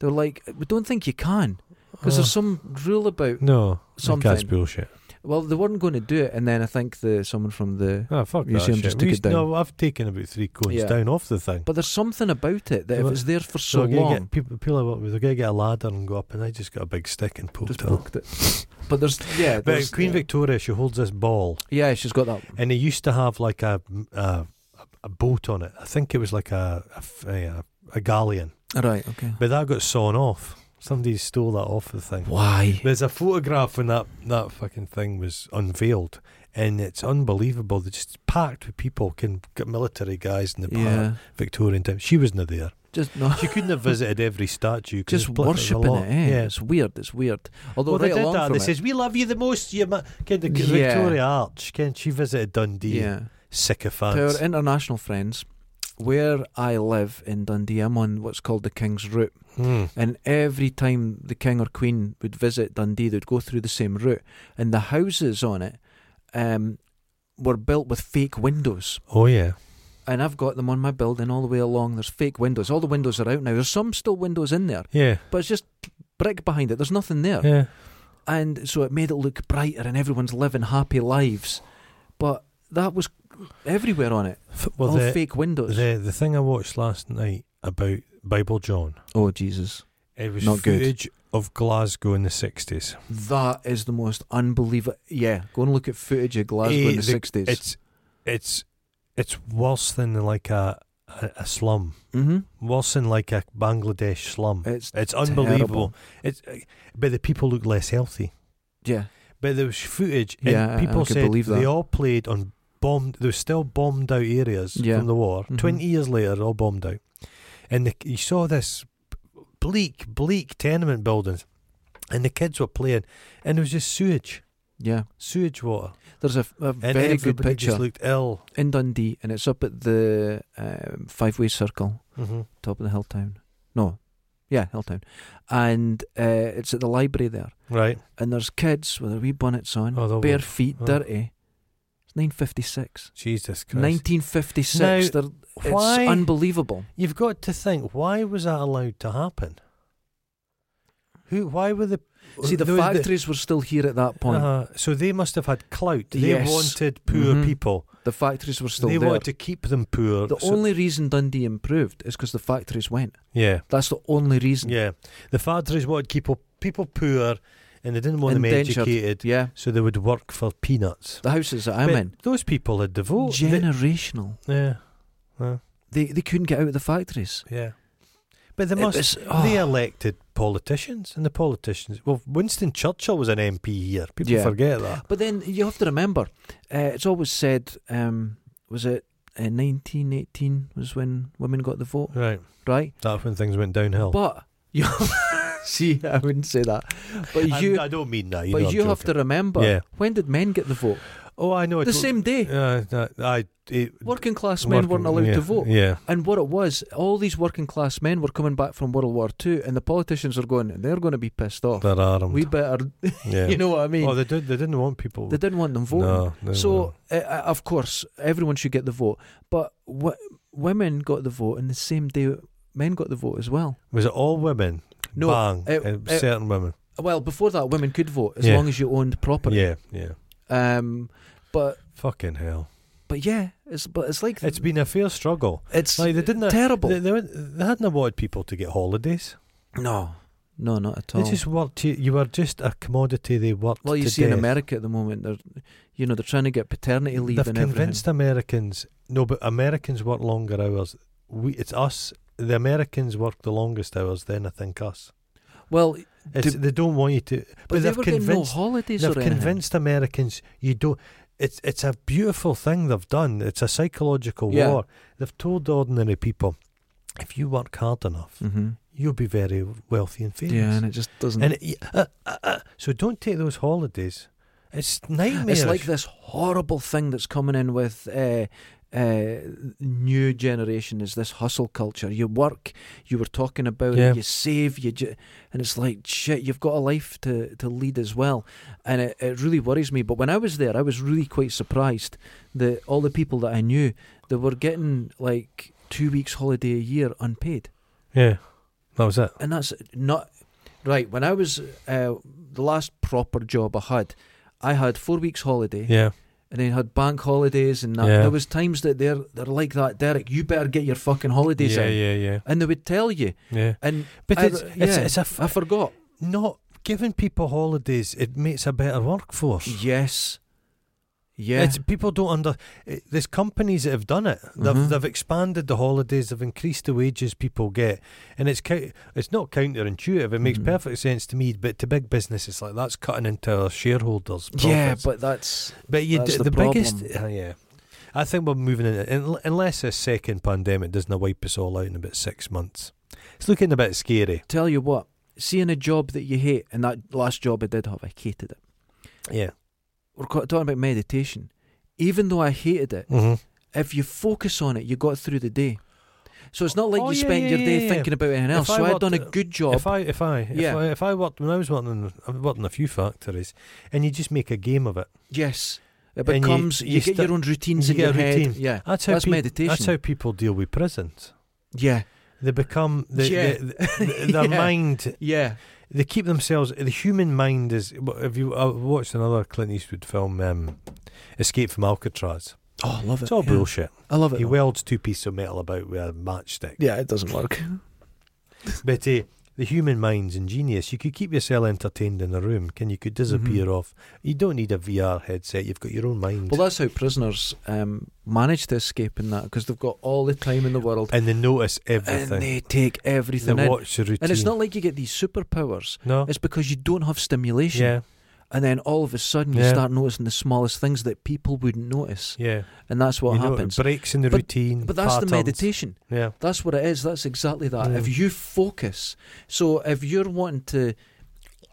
A: they were like, "We don't think you can," because
B: oh.
A: there's some rule about.
B: no, that's
A: something.
B: bullshit.
A: Well, they weren't going to do it, and then I think the someone from the.
B: Oh, fuck that
A: Museum
B: shit.
A: just
B: We
A: took it
B: used- No, I've taken about three cones
A: Yeah.
B: down off the thing.
A: But there's something about it that
B: Well,
A: if it's there for so
B: they're gonna
A: long,
B: get people, people are, they're gonna get a ladder and go up, and I just got a big stick and poked
A: just
B: it.
A: poked it. But there's yeah,
B: But
A: there's-
B: Queen
A: yeah.
B: Victoria, she holds this ball,
A: Yeah, she's got that.
B: and it used to have like a a, a boat on it. I think it was like a a f- a, a galleon,
A: Right. Okay.
B: but that got sawn off. Somebody stole that off the thing.
A: Why?
B: There's a photograph when that that fucking thing was unveiled, and it's unbelievable. They're just packed with people, can got military guys in the park,
A: Yeah.
B: Victorian time. She wasn't there.
A: Just no.
B: She couldn't have visited every statue. 'cause
A: Just
B: there's pl- there's a
A: worshipping
B: lot.
A: it. Eh?
B: Yeah,
A: It's weird. It's weird. Although
B: well,
A: right
B: they did
A: along
B: that.
A: from
B: They
A: it-
B: says, "We love you the most." You ma-" Ken, the
A: Yeah.
B: Victoria Arch. Ken, she visited Dundee.
A: yeah.
B: Sycophants.
A: To our international friends, where I live in Dundee, I'm on what's called the King's Route.
B: Hmm.
A: And every time the King or Queen would visit Dundee, they'd go through the same route. And the houses on it um, were built with fake windows.
B: Oh yeah.
A: and I've got them on my building all the way along. There's fake windows. All the windows are out now. There's some still windows in there,
B: Yeah.
A: but it's just brick behind it. There's nothing there.
B: Yeah.
A: And so it made it look brighter and everyone's living happy lives. But that was everywhere on it.
B: F- Well,
A: all
B: the,
A: fake windows.
B: the the thing I watched last night about Bible John,
A: oh, Jesus.
B: it was
A: Not good.
B: footage of Glasgow in the sixties.
A: That is the most unbelievable. Yeah, go and look at footage of Glasgow in
B: Eh,
A: the
B: the-
A: 60s.
B: It's it's it's worse than like a a, a slum,
A: mm-hmm.
B: worse than like a Bangladesh slum.
A: It's
B: It's
A: terrible.
B: unbelievable. It's uh, but the people look less healthy.
A: Yeah.
B: But there was footage.
A: Yeah, I-
B: and
A: I
B: people
A: could
B: said
A: believe that.
B: they all played on bombed. There was still bombed out areas
A: Yeah.
B: from the war.
A: Mhm.
B: Twenty years later, they're all bombed out, and the, you saw this bleak, bleak tenement buildings, and the kids were playing, and it was just sewage,
A: Yeah.
B: sewage water,
A: There's a, a
B: and
A: very good
B: everybody
A: picture
B: just looked ill.
A: in Dundee, and it's up at the um, Five Way Circle,
B: Mm-hmm.
A: top of the hill town. No, yeah, hill town, and uh, it's at the library there.
B: Right.
A: And there's kids with their wee bonnets on,
B: Oh, they'll
A: bare
B: be-
A: feet,
B: oh.
A: dirty. It's 1956.
B: Jesus Christ.
A: 1956. They're- it's
B: why-
A: unbelievable.
B: You've got to think. Why was that allowed to happen? Who? Why were Uh, the
A: See, the
B: there was
A: factories were still here at that point.
B: Uh, so they must have had clout. They
A: Yes.
B: wanted poor
A: Mhm.
B: people.
A: The factories were still
B: they
A: there.
B: wanted to keep them poor.
A: The
B: so-
A: only reason Dundee improved is because the factories went.
B: yeah,
A: That's the only reason.
B: yeah. The factories wanted to keep o- people poor, and they didn't want
A: Indentured.
B: them educated,
A: Yeah.
B: so they would work for peanuts.
A: The houses that I'm
B: But
A: in,
B: Those people had the vote. They-
A: generational.
B: yeah, Huh.
A: They, they couldn't get out of the factories.
B: yeah. But they
A: It
B: must.
A: was- oh.
B: They elected politicians, and the politicians. Well, Winston Churchill was an MP here. People
A: Yeah.
B: forget that.
A: But then you have to remember, uh, it's always said, um, was it uh, 1918 was when women got the vote,
B: Right.
A: right?
B: That's when things went downhill.
A: But you see, I wouldn't say that. But
B: I-
A: you,
B: I, don't mean that. You know,
A: but
B: I'm
A: you have to
B: joking.
A: remember,
B: Yeah.
A: when did men get the vote?
B: Oh, I know. I
A: The
B: tot-
A: same day.
B: Uh, no, I, it,
A: Working class men weren't
B: working-
A: allowed
B: yeah,
A: to vote.
B: Yeah,
A: And what it was, all these working class men were coming back from World War Two, and the politicians are going, they're going to be pissed off.
B: they're armed.
A: We better,
B: yeah.
A: you know what I mean?
B: oh, they, did, they didn't want people.
A: they didn't want them voting.
B: no, they
A: So, uh, uh, of course, everyone should get the vote. But w- women got the vote, and the same day men got the vote as well.
B: was it all women?
A: No, eh,
B: Bang.
A: it-
B: Uh,
A: it-
B: certain women.
A: Well, before that, women could vote as
B: Yeah.
A: long as you owned property.
B: Yeah, yeah.
A: Um, but
B: Fucking hell!
A: but yeah, it's but it's like
B: It's been a fair struggle.
A: it's
B: Like they didn't. uh,
A: terrible.
B: They, they, went- they hadn't wanted people to get holidays.
A: no, no, not at all.
B: They just worked. You, you were just a commodity. They worked.
A: well, you
B: to
A: see in
B: death.
A: America at the moment, they're you know they're trying to get paternity leave
B: They've
A: and everything.
B: convinced Americans. No, but Americans work longer hours. We, it's us. The Americans work the longest hours. Then I think us.
A: Well,
B: It's,
A: Do-
B: they don't want you to. But,
A: but they
B: they've
A: were getting no
B: convinced.
A: holidays
B: they've
A: or anything.
B: convinced Americans you don't. It's it's a beautiful thing they've done. It's a psychological
A: Yeah.
B: war. They've told ordinary people, if you work hard enough,
A: hmm
B: you'll be very wealthy and famous.
A: Yeah, and it just doesn't.
B: And it- uh, uh, uh, so don't take those holidays. It's nightmares.
A: It's like this horrible thing that's coming in with uh, uh, new generation is this hustle culture. You work, you were talking about
B: Yeah.
A: it, you save, you ju- and it's like shit. You've got a life to, to lead as well, and it, it really worries me. But when I was there, I was really quite surprised that all the people that I knew they were getting like two weeks holiday a year unpaid,
B: yeah, that was it.
A: and that's not right. When I was uh, the last proper job I had, I had four weeks holiday
B: Yeah,
A: and then had bank holidays and that.
B: Yeah.
A: There was times that they're they're like that, Derek. You better get your fucking holidays
B: yeah,
A: in,
B: yeah, yeah,
A: and they would tell you.
B: yeah.
A: And
B: But
A: I-
B: it's, it's
A: yeah,
B: it's a f-
A: I forgot.
B: not giving people holidays. It makes a better workforce.
A: Yes, yeah,
B: It's, people don't under. It, there's companies that have done it. They've,
A: Mhm.
B: they've expanded the holidays. They've increased the wages people get, and it's cou- it's not counterintuitive. It makes
A: Mhm.
B: perfect sense to me, but to big business, it's like that's cutting into our shareholders.
A: yeah.
B: profits.
A: But that's
B: but you
A: that's
B: d-
A: the
B: the, biggest,
A: problem.
B: uh, yeah. I think we're moving in, un- unless this second pandemic doesn't wipe us all out in about six months. It's looking a bit scary.
A: tell you what. Seeing a job that you hate, and that last job I did have, I hated it.
B: Yeah.
A: We're ca- talking about meditation. Even though I hated it,
B: Mm-hmm.
A: if you focus on it, you got through the day. So it's not like
B: Oh,
A: you
B: yeah,
A: spent
B: yeah,
A: your day
B: yeah, yeah.
A: thinking about anything
B: If
A: else.
B: I
A: so I'd
B: worked-
A: done a good job.
B: If I if I if,
A: Yeah.
B: I if I worked when I was working in, I worked in a few factories, and you just make a game of it.
A: yes. It
B: And you-
A: becomes you,
B: you
A: get
B: sta-
A: your own routines
B: you
A: in
B: get
A: your
B: a
A: head.
B: routine.
A: Yeah,
B: That's how
A: that's
B: peop-
A: meditation.
B: That's how people deal with prisons.
A: yeah,
B: They become the,
A: Yeah.
B: the, the- their
A: Yeah.
B: mind.
A: yeah,
B: They keep themselves. The human mind is. If you I watched another Clint Eastwood film, um, Escape from Alcatraz,
A: Oh, I love it.
B: it's all
A: yeah.
B: bullshit.
A: I love it.
B: He
A: though.
B: welds two pieces of metal about with a matchstick.
A: Yeah, it doesn't work.
B: But uh, the human mind's ingenious. You could keep yourself entertained in a room, can you? Could disappear
A: Mm-hmm.
B: off. You don't need a VR headset. You've got your own mind.
A: Well, that's how prisoners um, manage to escape in that because they've got all the time in the world
B: and they notice
A: and
B: everything.
A: they take
B: They
A: everything in.
B: watch the routine.
A: And it's not like you get these superpowers.
B: no.
A: It's because you don't have stimulation.
B: Yeah,
A: And then all of a sudden you
B: Yeah.
A: start noticing the smallest things that people wouldn't notice.
B: yeah.
A: And that's what
B: You know,
A: happens.
B: breaks in the
A: But-
B: routine.
A: but that's the
B: patterns.
A: meditation.
B: Yeah.
A: That's what it is. That's exactly that.
B: Yeah.
A: If you focus, so if you're wanting to,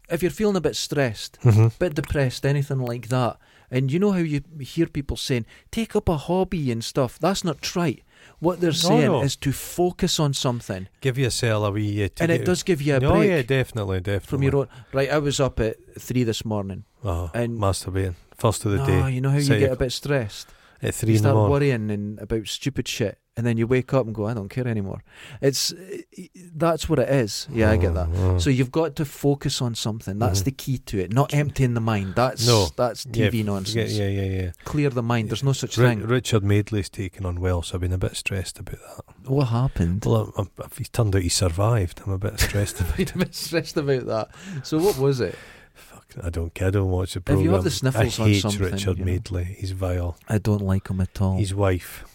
A: if you're feeling a bit stressed, bit depressed, anything like that. And you know how you hear people saying, take up a hobby and stuff. That's not right. What they're saying
B: no.
A: is to focus on something.
B: Give yourself a wee. Uh, to
A: and it
B: get-
A: does give you a
B: Oh
A: break
B: yeah, definitely, definitely.
A: from your own. Right, I was up at three this morning.
B: Oh,
A: and-
B: masturbating first of the
A: no,
B: day
A: you know how you
B: Say
A: get
B: it.
A: a bit stressed?
B: at three
A: You
B: in the
A: start
B: morning.
A: worrying and about stupid shit. And then you wake up and go, I don't care anymore. It's eh, that's what it is. Yeah, I get that.
B: Mm, mm.
A: So you've got to focus on something. That's
B: Mhm.
A: the key to it. Not emptying the mind. That's
B: No.
A: that's
B: Yeah,
A: TV
B: forget-
A: nonsense.
B: Yeah, yeah, yeah.
A: Clear the mind. There's no such
B: Ri-
A: thing.
B: Richard Madeley's taken on Welsh. I've been a bit stressed about that.
A: What happened?
B: Well, I'm, I'm, he's turned out he survived. I'm a bit stressed about
A: I'm a bit stressed about that. So what was it?
B: Fuck, I don't care. I don't watch the
A: If
B: program.
A: you have the sniffles
B: I
A: on
B: hate
A: something,
B: Richard
A: you know.
B: Madeley. He's vile.
A: I don't like him at all.
B: His wife,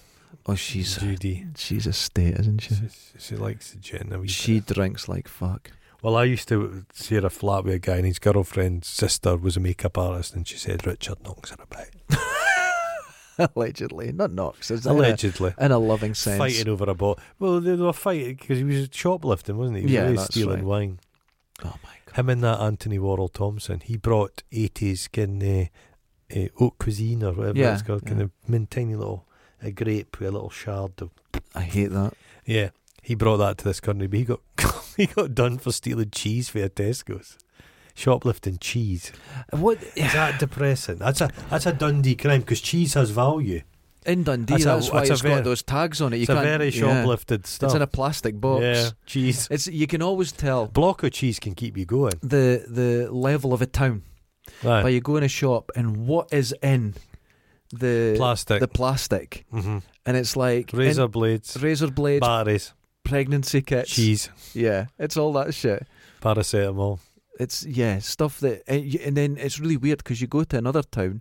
A: oh, she's
B: Judy,
A: she's a state, isn't she?
B: she, she likes the gin. A wee
A: She
B: bit.
A: drinks like fuck.
B: Well, I used to share a flat with a guy, and his girlfriend's sister was a makeup artist, and she said Richard knocks her about.
A: Allegedly, not Knox. Is it?
B: Allegedly.
A: In a, in a loving sense.
B: Fighting over a bottle. Well, they they were fighting because he was shoplifting, wasn't he? He was
A: Yeah,
B: always
A: that's
B: stealing
A: right.
B: wine.
A: Oh my god.
B: Him and that Anthony Warrell Thompson, he brought 80s kind of uh, oak cuisine or whatever
A: Yeah,
B: it's called,
A: yeah.
B: kind of min- tiny little a grape with a little shard of.
A: I hate that.
B: Yeah, he brought that to this country, but he got he got done for stealing cheese for a Tesco's. Shoplifting cheese.
A: What
B: Is that depressing? That's a that's a Dundee crime because cheese has value.
A: in Dundee? That's,
B: That's a-
A: why
B: that's
A: it's
B: a
A: got
B: very-
A: those tags on it. You
B: it's a
A: can't.
B: very
A: yeah.
B: shoplifted stuff.
A: It's in a plastic box.
B: Yeah, cheese.
A: It's you can always tell
B: Block of cheese can keep you going.
A: the the level of a town
B: Aye.
A: by you go in a shop and what is in the
B: Plastic.
A: uh, the plastic,
B: hmm
A: and it's like in-
B: Razor blades.
A: razor blades,
B: batteries.
A: pregnancy kits,
B: Cheese.
A: yeah, it's all that shit.
B: Paracetamol.
A: It's yeah stuff that and, you- and then it's really weird because you go to another town,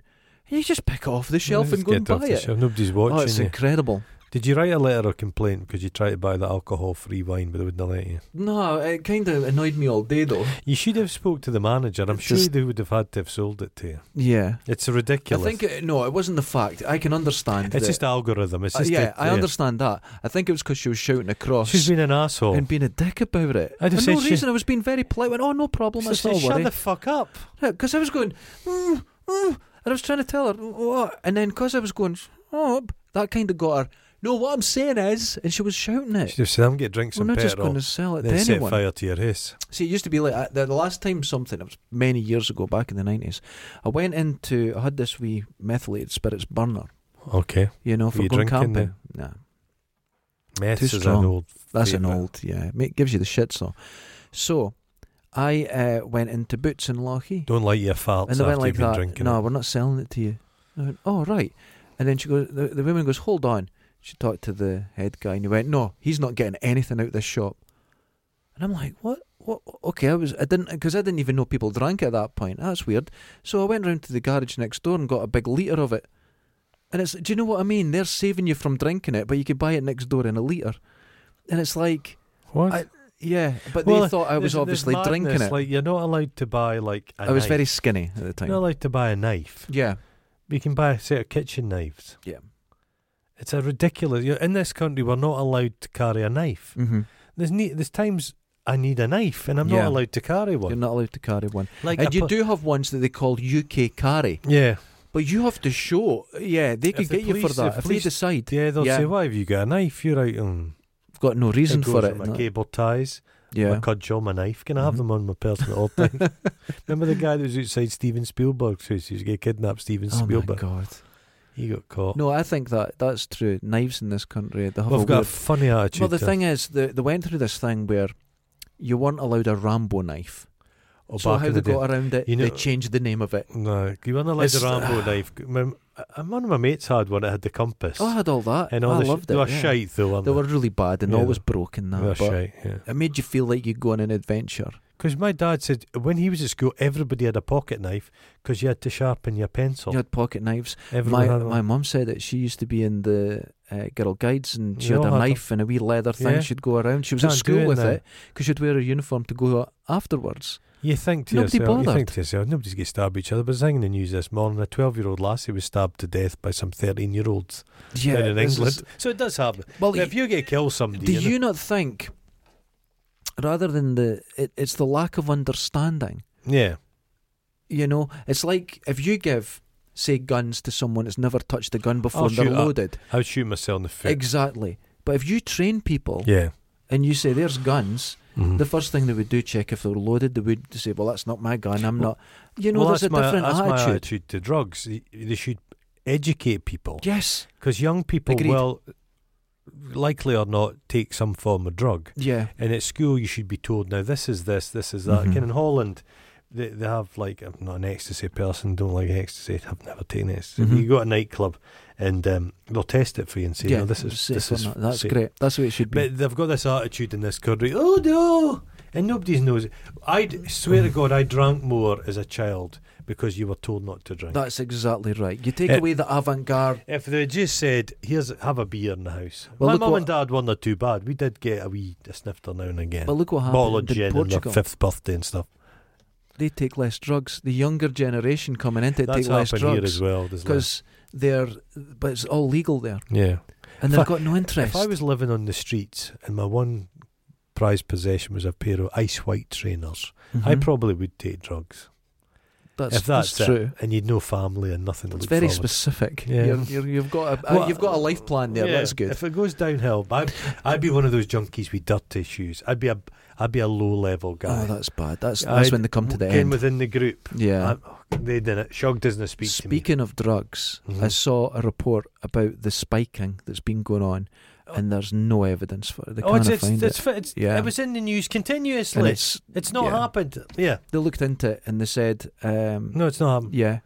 A: and you just pick it off the shelf
B: Just
A: and go and
B: get off
A: buy
B: the
A: it.
B: shelf. Nobody's
A: Oh,
B: watching
A: it's
B: you.
A: incredible.
B: Did you write a letter of complaint because you tried to buy the alcohol-free wine, but they wouldn't let you?
A: No, it kind of annoyed me all day though.
B: You should have spoke to the manager. I'm
A: It's
B: sure
A: just-
B: they would have had to have sold it to you.
A: Yeah,
B: It's
A: I
B: ridiculous.
A: think it, no, it wasn't the fact. I can understand.
B: it's
A: that-
B: just algorithm. It's
A: Uh,
B: just
A: yeah,
B: a-
A: I understand that. I think it was because she was shouting across.
B: She's been an asshole.
A: and being a dick about it.
B: I'd have
A: For no
B: Oh. said she-
A: reason. I was being very polite. Went, oh, no problem.
B: She
A: That's
B: said,
A: not
B: Shut
A: worry.
B: the fuck up.
A: Because I was going, mm, mm, and I was trying to tell her, "Mm, what? And then because I was going, up, that kind of got her. No, what I'm saying is, and she was shouting it.
B: She'd have said, "I'm going to drink
A: We're
B: some
A: not just
B: petrol."
A: going to sell it to
B: then set
A: anyone.
B: fire to your house.
A: See, it used to be like I, the the last time something, it was many years ago, back in the 90s, I went into, I had this wee methylated spirits burner,
B: Okay.
A: you know,
B: Were
A: for
B: you
A: going
B: drinking
A: camping. Nah,
B: Meth
A: Too
B: is an
A: strong.
B: old.
A: That's an
B: favourite.
A: old, yeah. It gives you the shit, so. So, I uh, went into Boots and Lockie.
B: Don't like your farts
A: and they
B: after
A: went like
B: you've been
A: that.
B: drinking.
A: no,
B: it.
A: we're not selling it to you. I went, oh right. And then she goes, the, the woman goes, hold on. She talked to the head guy, and he went, no, he's not getting anything out of this shop. And I'm like, what? What? Okay, I was, I didn't, because I didn't even know people drank at that point. That's weird. So I went round to the garage next door and got a big liter of it. And it's, do you know what I mean? They're saving you from drinking it, but you could buy it next door in a liter. And it's like,
B: What?
A: I- yeah, but they
B: Well,
A: thought I was
B: There's- there's
A: obviously drinking
B: madness,
A: it.
B: Like you're not allowed to buy like. a
A: I was
B: knife.
A: very skinny at the
B: You're
A: time.
B: not allowed to buy a knife.
A: yeah,
B: You can buy a set of kitchen knives.
A: yeah.
B: It's a ridiculous. you in this country, we're not allowed to carry a knife.
A: hmm
B: There's ne- there's times I need a knife and I'm
A: Yeah.
B: not allowed to carry one.
A: You're not allowed to carry one.
B: like
A: and
B: a
A: you
B: po-
A: do have ones that they call UK carry,
B: Yeah,
A: but you have to show. Yeah, they
B: If
A: could
B: the
A: get you for
B: police-
A: that
B: if
A: if, they
B: police-
A: decide.
B: yeah. They'll
A: Yeah.
B: say, "Why have you got a knife? You're out on
A: I've got no reason
B: it goes
A: for it.
B: on
A: and
B: My
A: that.
B: cable ties. my
A: Yeah.
B: cudgel, my knife. Can I have
A: Mhm.
B: them on my person at all times? Remember the guy that was outside Steven Spielberg's house? He was going to kidnap Steven
A: Oh my
B: Spielberg.
A: god.
B: He got caught.
A: No, I think that that's true. Knives in this country, they have a
B: We've got a
A: weird
B: funny attitude.
A: Well, the
B: to
A: thing is, they, they went through this thing where you weren't allowed a Rambo knife.
B: Oh,
A: so
B: back
A: how
B: in
A: they
B: the day.
A: got around it,
B: You
A: they
B: know-
A: changed the name of it.
B: No, you weren't allowed
A: It's-
B: a Rambo knife. My, uh, one of my mates had one that had the compass.
A: Oh, I had all that.
B: and all
A: I
B: the sh-
A: loved
B: They
A: it.
B: were
A: yeah.
B: shite, though, weren't
A: They
B: they?
A: were really bad and
B: Yeah,
A: always
B: they-
A: broken.
B: they
A: That,
B: were
A: but
B: shite, yeah.
A: it made you feel like you'd go on an adventure.
B: Because my dad said when he was at school, everybody had a pocket knife because you had to sharpen your pencil.
A: You had pocket knives.
B: Everyone
A: My
B: had one.
A: my mum said that she used to be in the uh, girl guides and she
B: We
A: had
B: all
A: a
B: had them.
A: knife and a wee leather thing.
B: Yeah.
A: She'd go around. She was at
B: Can't do
A: school
B: it
A: with
B: now.
A: it because she'd wear a uniform to go out afterwards.
B: You think to
A: Nobody
B: yourself, you
A: bothered.
B: think to yourself, nobody's going to stab each other. But I was in the news this morning, a 12 year old lassie was stabbed to death by some 13 year olds
A: Yeah,
B: in
A: this
B: England.
A: is-
B: So it does happen.
A: well,
B: If you get killed somebody,
A: Do
B: you know-
A: you not think, rather than the, it, it's the lack of understanding?
B: yeah,
A: You know, it's like if you give, say, guns to someone that's never touched a gun before
B: I'll
A: and they're
B: shoot up.
A: loaded.
B: I would shoot myself in the foot.
A: Exactly. But if you train people
B: yeah.
A: and you say, there's guns,
B: Mhm.
A: the first thing they would do, check if they were loaded, they would say, well, that's not my gun, I'm
B: Well-
A: not. You know,
B: well,
A: there's a
B: that's my-
A: different
B: that's my
A: attitude.
B: attitude to drugs. They- They should educate people
A: Yes.
B: because young people
A: Agreed.
B: will likely or not take some form of drug.
A: Yeah.
B: And at school, you should be told now this is this, this is that.
A: Mhm.
B: Again, in Holland, they they have like I'm not an ecstasy person, don't like ecstasy. I've never taken ecstasy. But
A: Mhm.
B: You go to a nightclub and um, they'll test it for you and say,
A: yeah.
B: no, this is
A: Safe
B: this
A: or
B: is
A: not. That's
B: safe."
A: great. That's the way it should be.
B: But they've got this attitude in this country. Oh no! And nobody knows. it. I d- swear to God, I drank more as a child because you were told not to drink.
A: that's exactly right. You take
B: Eh,
A: away the avant garde.
B: If they just said, "Here's have a beer in the house,"
A: Well,
B: my
A: look
B: mum
A: what-
B: and dad weren't too bad. We did get a wee a snifter now and again,
A: But look what
B: bottle of
A: happened in
B: gin on their
A: Portugal.
B: fifth birthday and stuff.
A: they take less drugs. The younger generation coming in, they
B: That's
A: take less
B: happened here
A: drugs
B: as well. there's less-
A: because they're, but it's all legal there,
B: yeah,
A: and
B: If
A: they've
B: I-
A: got no interest.
B: if I was living on the streets and my one prized possession was a pair of ice white trainers, I
A: Mhm.
B: probably would take drugs.
A: that's,
B: if that's, it,
A: true.
B: and you'd no family and nothing. to
A: It's
B: look
A: very
B: forward to.
A: specific.
B: Yeah.
A: You're, you're, you've got a uh,
B: Well,
A: you've got a life plan there.
B: yeah,
A: That's good.
B: If it goes downhill, but I'd, I'd be one of those junkies with dirty shoes. I'd be a I'd be a low level guy.
A: Oh, that's bad. That's that's
B: I'd-
A: when they come to the
B: Again,
A: end.
B: within the group.
A: yeah.
B: I'm- They didn't. Shog doesn't speak to me.
A: Speaking of drugs, I
B: Mhm.
A: saw a report about the spiking that's been going on,
B: Oh.
A: and there's no evidence for it. They
B: oh,
A: can't
B: it's, it's,
A: find
B: it's,
A: it.
B: fi- it's-
A: Yeah.
B: it was in the news
A: And
B: continuously. It's,
A: it's,
B: not
A: yeah.
B: happened. Yeah,
A: they looked into it and they said um,
B: no, it's not happened.
A: Yeah.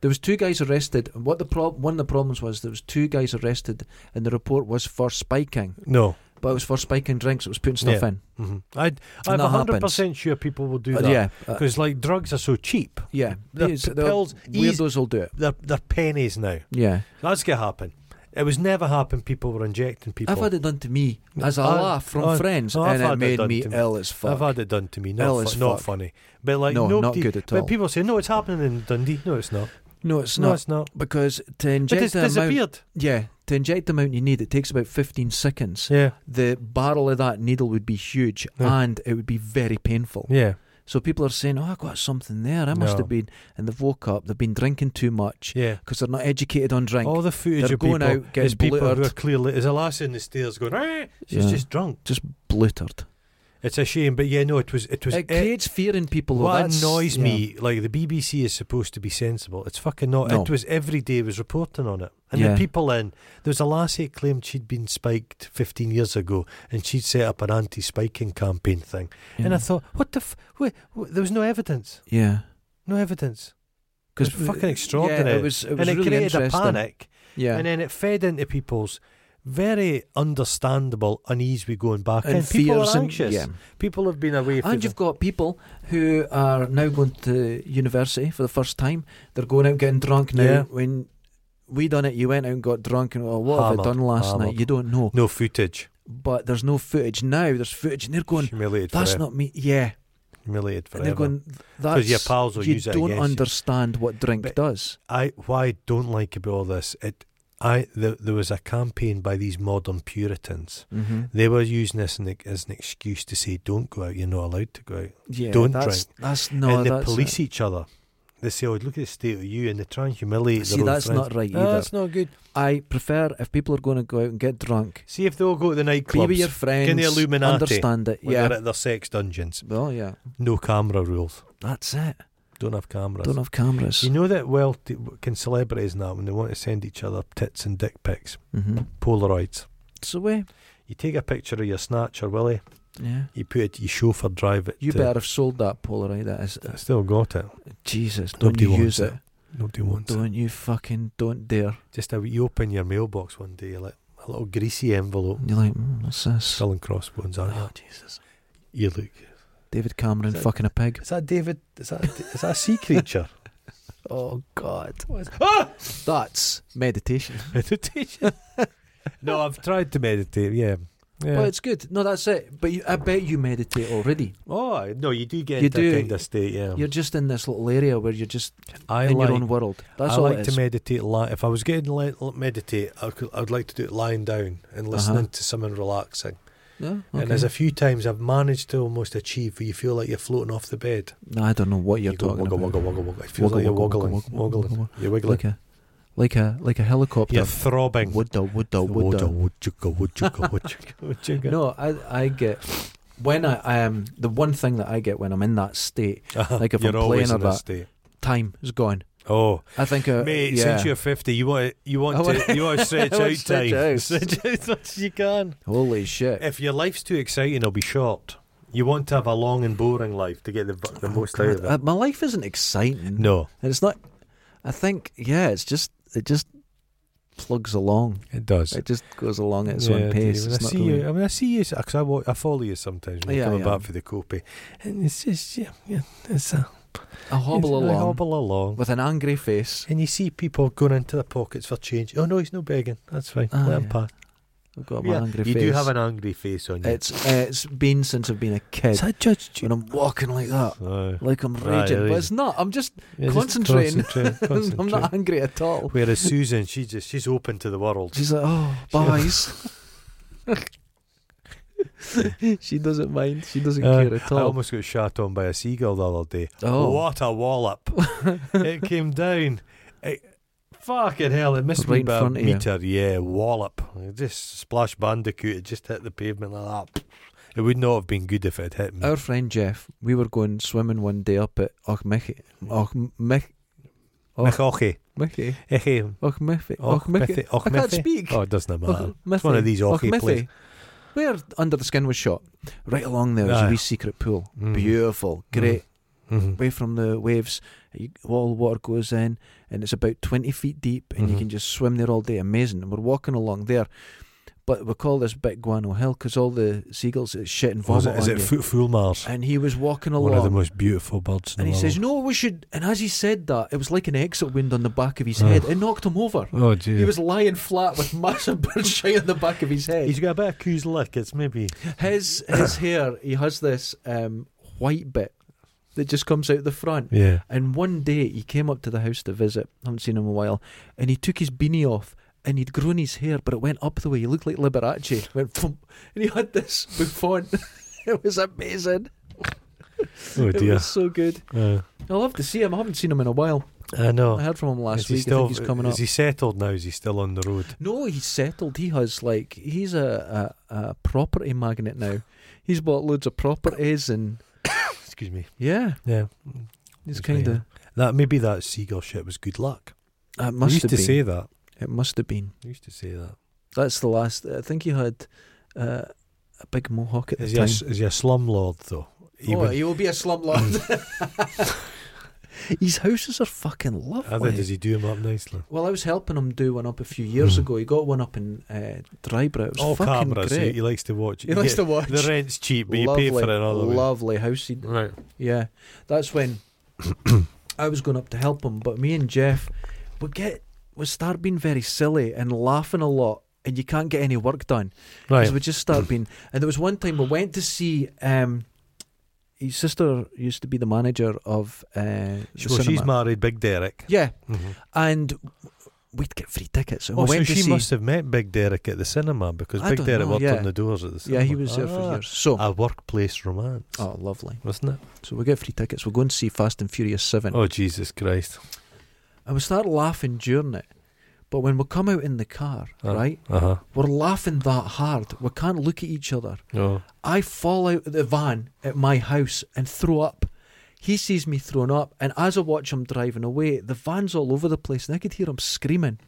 A: There was two guys arrested. and What the prob- one of the problems was there was two guys arrested and the report was for spiking.
B: No,
A: But it was for spiking drinks, it was putting stuff
B: Yeah.
A: in.
B: hmm I'd,
A: And
B: I'm
A: that
B: hundred percent sure people will do
A: Uh,
B: that.
A: yeah. uh,
B: because like drugs are so cheap.
A: yeah.
B: The
A: These-
B: p-
A: the
B: pills, ease-
A: weirdos will do it.
B: They're they're pennies now.
A: Yeah.
B: That's gonna happen. It was never happened. People were injecting people.
A: I've had it done to me as a
B: I-
A: laugh from
B: I-
A: friends
B: no, I've
A: and
B: had
A: it
B: it
A: made
B: done
A: me
B: to me.
A: ill as fuck.
B: I've had it done to me.
A: Hell
B: Not,
A: is
B: fu- not
A: fuck.
B: funny, but like
A: No, not
B: nobody-
A: good at all.
B: But people say, no, it's happening in Dundee. No, it's not.
A: no, it's
B: no,
A: not.
B: it's not.
A: because to
B: But
A: inject
B: it's
A: the amount,
B: disappeared.
A: yeah, to inject the amount you need, it takes about 15 seconds.
B: Yeah,
A: The barrel of that needle would be huge
B: Yeah.
A: and it would be very painful.
B: yeah,
A: So people are saying, "Oh, I got something there. I must
B: No.
A: have been." And they've woke up. They've been drinking too much
B: yeah.
A: because they're not educated on drink.
B: All the footage
A: They're
B: of
A: going
B: people
A: out, getting
B: is people who
A: blittered.
B: are clearly there's a lassie in the stairs going. "Ah," She's
A: Yeah.
B: just drunk.
A: Just bluttered.
B: It's a shame, but yeah, no, it was it was.
A: It creates fear in people. though.
B: what
A: That's-
B: annoys
A: yeah.
B: me, like the BBC is supposed to be sensible. It's fucking not.
A: No.
B: It was every day was reporting on it, and
A: Yeah.
B: the people in there was a lassie that claimed she'd been spiked 15 years ago, and she'd set up an anti-spiking campaign thing.
A: Yeah.
B: And I thought, what the? F- wait, wait, there was no evidence.
A: yeah,
B: No evidence.
A: because
B: It's fucking extraordinary.
A: Yeah, it was. It was
B: and it
A: really
B: created a
A: interesting.
B: panic.
A: Yeah,
B: And then it fed into people's very understandable unease with going back in. People
A: fears
B: are anxious.
A: yeah.
B: People have been away from
A: And you've got people who are now going to university for the first time. They're going out getting drunk now.
B: Yeah.
A: When we done it, you went out and got drunk, and well, what have I
B: Hammered,
A: done last night?
B: hammered.
A: You don't know.
B: no footage.
A: But there's no footage now. There's footage, and they're going.
B: humiliated
A: That's
B: forever.
A: not me. Yeah.
B: humiliated
A: And they're
B: forever.
A: going, that's,
B: Because your pals will
A: you
B: use it
A: don't
B: against you.
A: understand what drink
B: But-
A: does.
B: I what I don't like about all this it. I the, there was a campaign by these modern Puritans.
A: Mm-hmm.
B: They were using this an- as an excuse to say, "Don't go out. You're not allowed to go out."
A: Yeah,
B: Don't
A: that's, That's no.
B: and they
A: that's
B: police each other. They say, "Oh, look at the state of you," and they try and humiliate.
A: See,
B: their own
A: that's
B: friends.
A: not right
B: No,
A: either.
B: that's not good.
A: I prefer if people are going to go out and get drunk,
B: See if they all go to the
A: be with your
B: nightclubs
A: friends,
B: Illuminati
A: understand it.
B: when they're
A: yeah.
B: at their sex dungeons.
A: Well, yeah.
B: No camera rules.
A: That's it.
B: Don't have cameras.
A: Don't have cameras.
B: You know that well t- can celebrities now when they want to send each other tits and dick pics,
A: mm-hmm.
B: Polaroids.
A: It's the way. you
B: You take a picture of your snatcher, Willie.
A: Yeah.
B: You put it. You chauffeur drive it.
A: You
B: to-
A: better have sold that Polaroid. That is, uh,
B: I still got it.
A: Jesus, don't
B: Nobody
A: you
B: wants
A: use it.
B: it. Nobody wants it.
A: Don't you fucking, don't dare.
B: Just how you open your mailbox one day, like a little greasy envelope,
A: You're like, mm, what's this?
B: selling crossbones, aren't you?
A: Oh, Jesus.
B: You look.
A: David Cameron
B: Is it-
A: fucking a pig.
B: Is that David? Is that is that a sea creature?
A: Oh, God.
B: What is- ah!
A: That's meditation.
B: Meditation. no, I've tried to meditate. Yeah. Yeah.
A: Well, it's good. No, that's it. But you, I bet you meditate already.
B: oh I- no, you do get
A: You
B: into
A: do.
B: a kind of state. Yeah.
A: You're just in this little area where you're just
B: I
A: in
B: like.
A: your own world. That's
B: I
A: all
B: like
A: it
B: to
A: is.
B: meditate. Li- if I was getting li- meditate, I could, I'd like to do it lying down and listening
A: Uh-huh.
B: to someone relaxing.
A: yeah?
B: And
A: okay.
B: there's a few times I've managed to almost achieve where you feel like you're floating off the bed.
A: No, I don't know what you're
B: you go
A: talking
B: woggle,
A: about.
B: woggle, woggle, woggle. It feels
A: Woggle,
B: like you're
A: woggle,
B: woggling,
A: woggle, woggle,
B: woggling.
A: woggle,
B: You're wiggling.
A: Like a, like a, like a helicopter.
B: you're throbbing.
A: Woulda, woulda,
B: Woulda,
A: woulda.
B: woulda, woulda, woulda, woulda.
A: No, I, I get when I, I am the one thing that I get when I'm in that state.
B: Uh-huh.
A: Like if
B: you're
A: I'm
B: always
A: playing
B: in that
A: about-
B: state.
A: Time is gone.
B: Oh,
A: I think. Uh,
B: mate!
A: yeah.
B: Since you're fifty, you want you want
A: I
B: to you want to stretch
A: I wanna
B: out
A: stretch
B: time.
A: out.
B: Stretch out as much as you can.
A: holy shit.
B: If your life's too exciting, it'll be short. You want to have a long and boring life to get the the most out of
A: Uh,
B: it.
A: my life isn't exciting.
B: No,
A: and it's not. I think yeah, it's just it just plugs along.
B: it does.
A: It just goes along at its own pace.
B: When
A: It's
B: I
A: not
B: see
A: really-
B: you, I mean, I see you because I, wa- I follow you sometimes when you're
A: Yeah,
B: coming
A: yeah.
B: back for the copy, and it's just yeah, yeah, it's a
A: I hobble
B: it's- I
A: along
B: hobble along,
A: with an angry face.
B: and you see people going into their pockets for change. Oh no, he's no begging. That's fine.
A: Ah,
B: Let him
A: yeah.
B: pass.
A: I've got my
B: Yeah,
A: angry
B: you
A: face.
B: do have an angry face on you.
A: It's uh, it's been since I've been a kid.
B: Is that Judge Judy?
A: when I'm walking like that,
B: No.
A: like I'm
B: Right,
A: raging, but
B: raging.
A: it's not. I'm just
B: Yeah, just
A: concentrating.
B: concentrate,
A: I'm
B: concentrate.
A: not angry at all.
B: Whereas Susan, she just she's open to the world.
A: She's like, oh, boys. she doesn't mind. She doesn't
B: Uh,
A: care at
B: I
A: all.
B: almost got shot on by a seagull the other day.
A: Oh.
B: What a wallop! it came down. It, fucking hell! It missed
A: Right
B: me
A: in
B: by a
A: front of you.
B: meter. Yeah, wallop! It just splash bandicoot. It just hit the pavement like that. It would not have been good if it had hit me.
A: Our friend Jeff, we were going swimming one day up at Ochmichi. Ochmichi. oh.
B: Michochi.
A: Ochmichi.
B: Eche.
A: Ochmichi.
B: Och, Mithi-
A: Ochmichi.
B: Och,
A: Oh, I can't
B: Mithi.
A: speak.
B: Oh, it doesn't matter.
A: Ochmithi.
B: It's one of these ochie
A: Ochmithi.
B: places.
A: Where Under the Skin was shot. Right along there was a
B: Aye.
A: wee secret pool.
B: Mm.
A: Beautiful. Great.
B: Mhm.
A: away from the waves. You, all the water goes in, and it's about 20 feet deep, and you
B: Mhm.
A: can just swim there all day. Amazing. And we're walking along there. But we call this Big Guano Hill because all the seagulls is shit and
B: Was
A: vomit
B: it, is
A: on
B: it
A: you.
B: Foot Fool Mars?
A: and he was walking
B: One of the
A: along,
B: most beautiful birds in
A: and
B: the
A: he
B: world.
A: says, "You know what we should?" And as he said that, it was like an exit wound on the back of his
B: Oh.
A: head. It knocked him over.
B: oh, dear.
A: He was lying flat with massive bird shit on the back of his head.
B: He's got a bit of coos lick. It's maybe.
A: his his hair, he has this um, white bit that just comes out the front.
B: Yeah.
A: And one day he came up to the house to visit. Haven't seen him in a while. And he took his beanie off, and he'd grown his hair, but it went up the way. He looked like Liberace. Went thump, and he had this bouffant. it was amazing.
B: Oh
A: It
B: dear.
A: was so good.
B: Uh,
A: I love to see him. I haven't seen him in a while.
B: I know.
A: I heard from him last
B: Is he
A: week. I
B: still-
A: think he's coming
B: is
A: up.
B: he settled now? Is he still on the road?
A: No, he's settled. He has like he's a, a a property magnet now. He's bought loads of properties and
B: Excuse me.
A: yeah,
B: Yeah.
A: he's
B: He's right,
A: kind of.
B: That maybe that seagull shit was good luck.
A: It
B: I
A: must
B: used
A: have
B: to
A: been.
B: say that.
A: It must have been.
B: I used to say that.
A: That's the last. I think he had uh, a big mohawk at the
B: Is he, a,
A: time. Oh,
B: s- is he a slumlord though? He would-
A: will be a slumlord. His houses are fucking
B: I think
A: lovely.
B: does he do him up nicely?
A: Well, I was helping him do one up a few years
B: Hmm.
A: ago. He got one up in uh, Drybrow. It was
B: All
A: fucking
B: cameras. He,
A: great.
B: he likes to watch.
A: He likes to watch.
B: The rent's cheap, but
A: lovely,
B: you pay for it another way.
A: lovely house. He,
B: Right.
A: yeah, that's when I was going up to help him. But me and Jeff, we get we start being very silly and laughing a lot, and you can't get any work done.
B: Right.
A: So we just started being. And there was one time we went to see. Um, his sister used to be the manager of uh, the
B: well, she's
A: cinema. Mm-hmm.
B: married, Big Derek.
A: yeah,
B: Mhm.
A: and we'd get free tickets. And
B: oh,
A: we
B: so
A: went to
B: she
A: see,
B: must have met Big Derek at the cinema because
A: I
B: Big
A: don't
B: Derek
A: know,
B: worked
A: yeah.
B: on the doors at the cinema.
A: yeah, he was there for
B: Ah,
A: years. So,
B: A workplace romance,
A: oh, lovely.
B: wasn't it?
A: So we get free tickets. We're going to see Fast and Furious Seven.
B: Oh, Jesus Christ.
A: And we start laughing during it. But when we come out in the car,
B: Uh.
A: right,
B: Uh huh.
A: we're laughing that hard. We can't look at each other.
B: No.
A: I fall out of the van at my house and throw up. He sees me thrown up, and as I watch him driving away, the van's all over the place, and I could hear him screaming.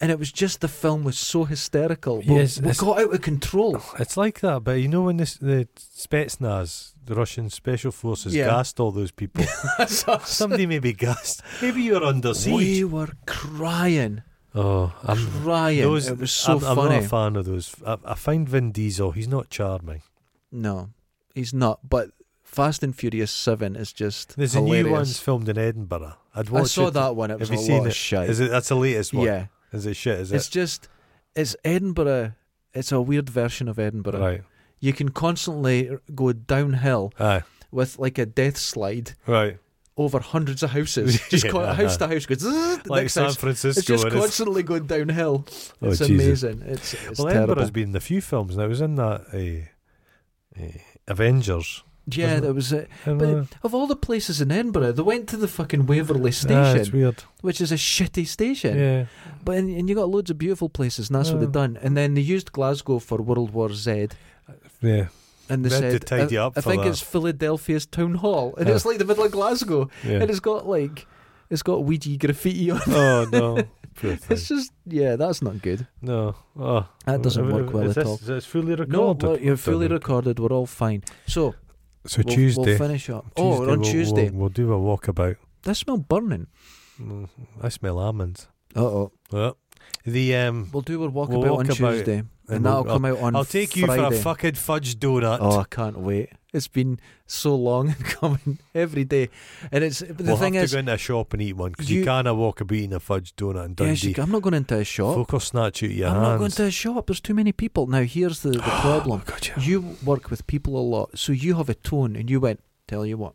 A: And it was just the film was so hysterical. We,
B: Yes,
A: we
B: it's-
A: got out of control.
B: It's like that, but you know when this, the Spetsnaz, the Russian special forces,
A: Yeah.
B: gassed all those people. Somebody maybe gassed. Maybe you're under
A: we
B: siege.
A: were crying,
B: Oh, I'm
A: crying.
B: those-
A: it was so
B: I'm,
A: funny.
B: I'm not a fan of those. I, I find Vin Diesel, he's not charming.
A: no, he's not. But Fast and Furious Seven is just
B: There's
A: hilarious.
B: a new one's filmed in Edinburgh. I'd watch
A: I saw
B: it.
A: that one. It was
B: Have
A: a
B: you seen
A: lot
B: it?
A: of shite.
B: Is it that's the latest one?
A: yeah,
B: Is it shit? Is
A: it's
B: it
A: just it's Edinburgh. It's a weird version of Edinburgh.
B: right?
A: you can constantly go downhill
B: Aye,
A: with like a death slide
B: right.
A: over hundreds of houses. Just
B: Yeah.
A: co- house to house goes. "Zzz," the
B: Like
A: next
B: San
A: house.
B: Francisco.
A: It's just
B: and it's-
A: constantly going downhill.
B: Oh,
A: It's
B: Jesus.
A: amazing. It's, it's
B: well,
A: terrible.
B: Edinburgh's been in a few films. Now it was in that uh, uh, Avengers.
A: Yeah,
B: wasn't
A: that was it.
B: Remember
A: But of all the places in Edinburgh, they went to the fucking Waverley
B: that? Ah, it's
A: Station,
B: weird.
A: which is a shitty station.
B: Yeah.
A: But and, and you got loads of beautiful places, and that's what
B: Yeah.
A: they've done. And then they used Glasgow for World War Z,
B: Yeah,
A: and they
B: They had to
A: said,
B: tidy
A: I,
B: up
A: I
B: for
A: think
B: that.
A: it's Philadelphia's town hall, and
B: Yeah.
A: it's like the middle of Glasgow. and
B: yeah.
A: it's got like it's got Ouija graffiti on.
B: oh no, poor thing.
A: It's just yeah, that's not good.
B: No, oh,
A: That doesn't
B: Is
A: work well
B: this-
A: at all.
B: Is this fully
A: No,
B: recorded?
A: we're- you're fully
B: Don't we?
A: recorded. We're all fine. So
B: So
A: we'll,
B: Tuesday.
A: we'll finish up. oh, on
B: we'll-
A: Tuesday,
B: We'll, we'll do a walkabout.
A: that smell burning.
B: Mm, I smell almonds.
A: Uh oh.
B: Well, the um,
A: We'll do our walkabout
B: We'll walk
A: on
B: about
A: Tuesday,
B: and
A: and
B: we'll-
A: that'll come out on.
B: I'll take you for a
A: Friday.
B: fucking fudge donut.
A: Oh, I can't wait. It's been so long coming every day, and it's but the
B: we'll
A: thing
B: have
A: is,
B: to go into a shop and eat one because you,
A: you-
B: can't walk about eating a fudge donut in
A: yes,
B: Dundee.
A: you- I'm not going into a shop.
B: Folk will snatch you your
A: I'm not going
B: hands.
A: to a shop. There's too many people. Now here's the, the problem.
B: Oh, God, yeah.
A: you work with people a lot, so you have a tone, and you went, "Tell you what,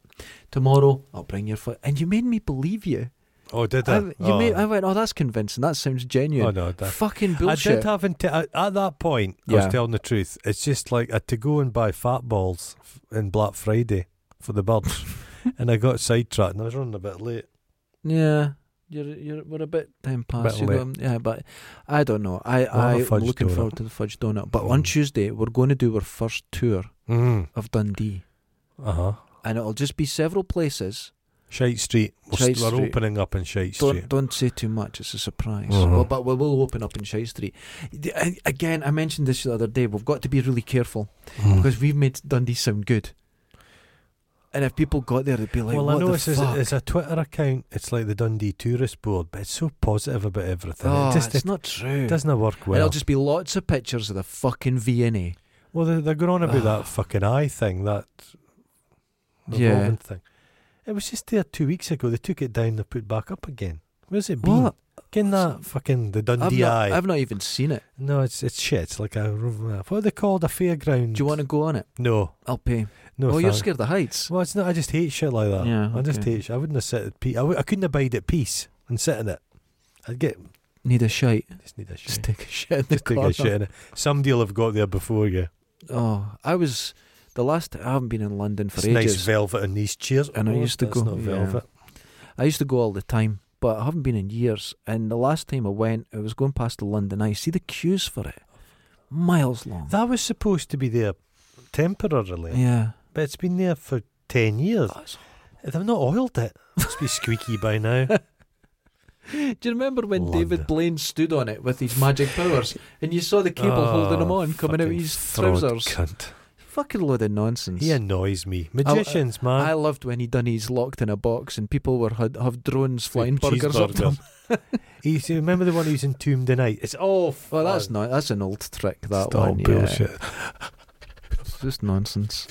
A: tomorrow I'll bring your foot," and you made me believe you.
B: Oh, did I?
A: I, you
B: oh.
A: made, I went, "Oh, that's convincing. That sounds
B: oh
A: genuine."
B: no, I did.
A: Fucking
B: I
A: bullshit.
B: did have inte- I- at that point. I
A: Yeah.
B: was telling the truth. It's just like I had to go and buy fat balls f- in Black Friday for the birds, and I got sidetracked and I was running a bit late.
A: yeah. You're, you're, we're a bit time past.
B: Bit
A: you
B: late.
A: know, yeah, but I don't know. I,
B: We'll have a
A: I'm
B: fudge
A: looking
B: donut.
A: forward to the fudge donut. But on
B: Mm.
A: Tuesday, we're going to do our first tour
B: Mm.
A: of Dundee,
B: Uh huh.
A: and it'll just be several places.
B: Shite Street. We're, st-
A: Shite
B: we're
A: Street.
B: opening up in Shite Street.
A: Don't, don't say too much. It's a surprise.
B: Mhm.
A: Well, but we will open up in Shite Street. The- I- Again, I mentioned this the other day. We've got to be really careful
B: Hmm.
A: because we've made Dundee sound good. And if people got there, they'd be like,
B: well,
A: "What
B: I know
A: the
B: it's,
A: fuck?"
B: A, it's a Twitter account. It's like the Dundee Tourist Board, but it's so positive about everything.
A: oh,
B: it just
A: it's
B: it
A: not true. And
B: doesn't work well.
A: there'll just be lots of pictures of the fucking VNA.
B: well, they're, they're going on about
A: Ah.
B: that fucking eye thing, that
A: Yeah.
B: revolving thing. It was just there two weeks ago. They took it down. They put it back up again. Where's it been?
A: What?
B: Getting that fucking the
A: I've
B: Dundee
A: not,
B: eye.
A: I've not even seen it.
B: No, it's it's shit. It's like a what are they called? A fairground.
A: Do you want to go on it?
B: No,
A: I'll pay.
B: no.
A: oh, you're
B: thanks.
A: scared of heights.
B: Well, it's not. I just hate shit like that.
A: Yeah,
B: I just
A: okay.
B: hate. Shit. I wouldn't have sit at peace. I w- I couldn't abide at peace and sit in it. I'd get
A: Need a shite.
B: just need a shit.
A: Just take a shit in the
B: just take
A: corner.
B: a shit in it. Somebody'll have got there before you.
A: Oh, I was the last. I haven't been in London for
B: It's
A: ages.
B: nice velvet and these chairs.
A: And I
B: Oh,
A: used to
B: that's
A: go-
B: Not velvet.
A: I used to go all the time, but I haven't been in years. And the last time I went, I was going past the London Eye. See the queues for it, miles long.
B: That was supposed to be there temporarily,
A: yeah,
B: but it's been there for ten years. They've not oiled it. Must be squeaky by now.
A: do you remember when
B: London.
A: David Blaine stood on it with his magic powers, and you saw the cable holding him
B: Oh,
A: on coming out of
B: fucking
A: his
B: fraud
A: trousers?
B: Cunt.
A: Fucking load of nonsense.
B: He annoys me. Magicians, man.
A: I loved when he done his locked in a box and people were had, have drones flying burgers up to him.
B: Cheeseburger. He's, remember the one who's in Tomb tonight? It's all fun.
A: Well, that's not that's an old trick. That
B: Stop
A: one, yeah.
B: bullshit.
A: It's just nonsense.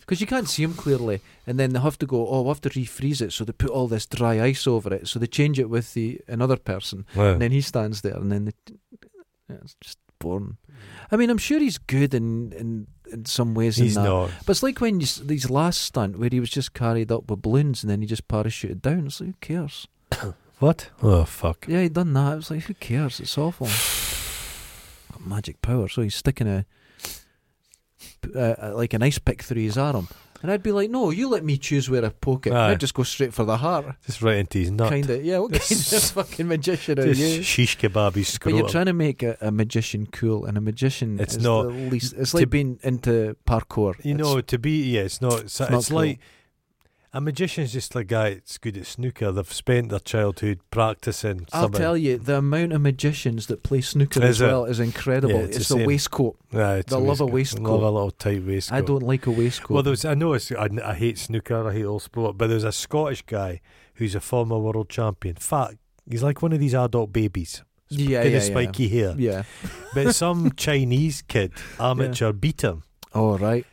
A: Because you can't see them clearly, and then they have to go. Oh, we have to refreeze it, so they put all this dry ice over it. So they change it with the another person, and then he stands there, and then they, yeah, it's just boring. I mean, I'm sure he's good in in, in some ways.
B: He's
A: in that.
B: not.
A: But it's like when you, s- these last stunt where he was just carried up with balloons, and then he just parachuted down. It's like who cares?
B: What? Oh, fuck.
A: Yeah, he'd done that. It was like, who cares? It's awful. Got magic power. So he's sticking a, uh, like an ice pick through his arm. And I'd be like, no, you let me choose where I poke it.
B: Aye.
A: I'd just go straight for the heart.
B: Just right into his nut.
A: Kind of, yeah, what kind of
B: Just-
A: fucking magician are
B: Just
A: you?
B: shish kebab his
A: But
B: scrotum.
A: you're trying to make a, a magician cool, and a magician
B: It's
A: is the
B: not-
A: least. It's
B: to-
A: like being into parkour. It's-
B: you know, to be yeah, it's not. It's,
A: It's not
B: it's like a magician's just a guy that's good at snooker. They've spent their childhood practicing.
A: I'll
B: something.
A: tell you, the amount of magicians that play snooker as
B: Is it?
A: well is incredible.
B: Yeah, it's
A: it's
B: the
A: the
B: same.
A: waistcoat.
B: Aye, it's
A: they love a
B: Love
A: waistcoat.
B: a little tight waistcoat.
A: I don't like a waistcoat.
B: Well, there was, I know it's, I, I hate snooker, I hate all sport, but there's a Scottish guy who's a former world champion. Fat, he's like one of these adult babies.
A: yeah,
B: kind
A: yeah,
B: of spiky
A: yeah.
B: hair.
A: yeah.
B: But some Chinese kid, amateur, beat him,
A: Oh right.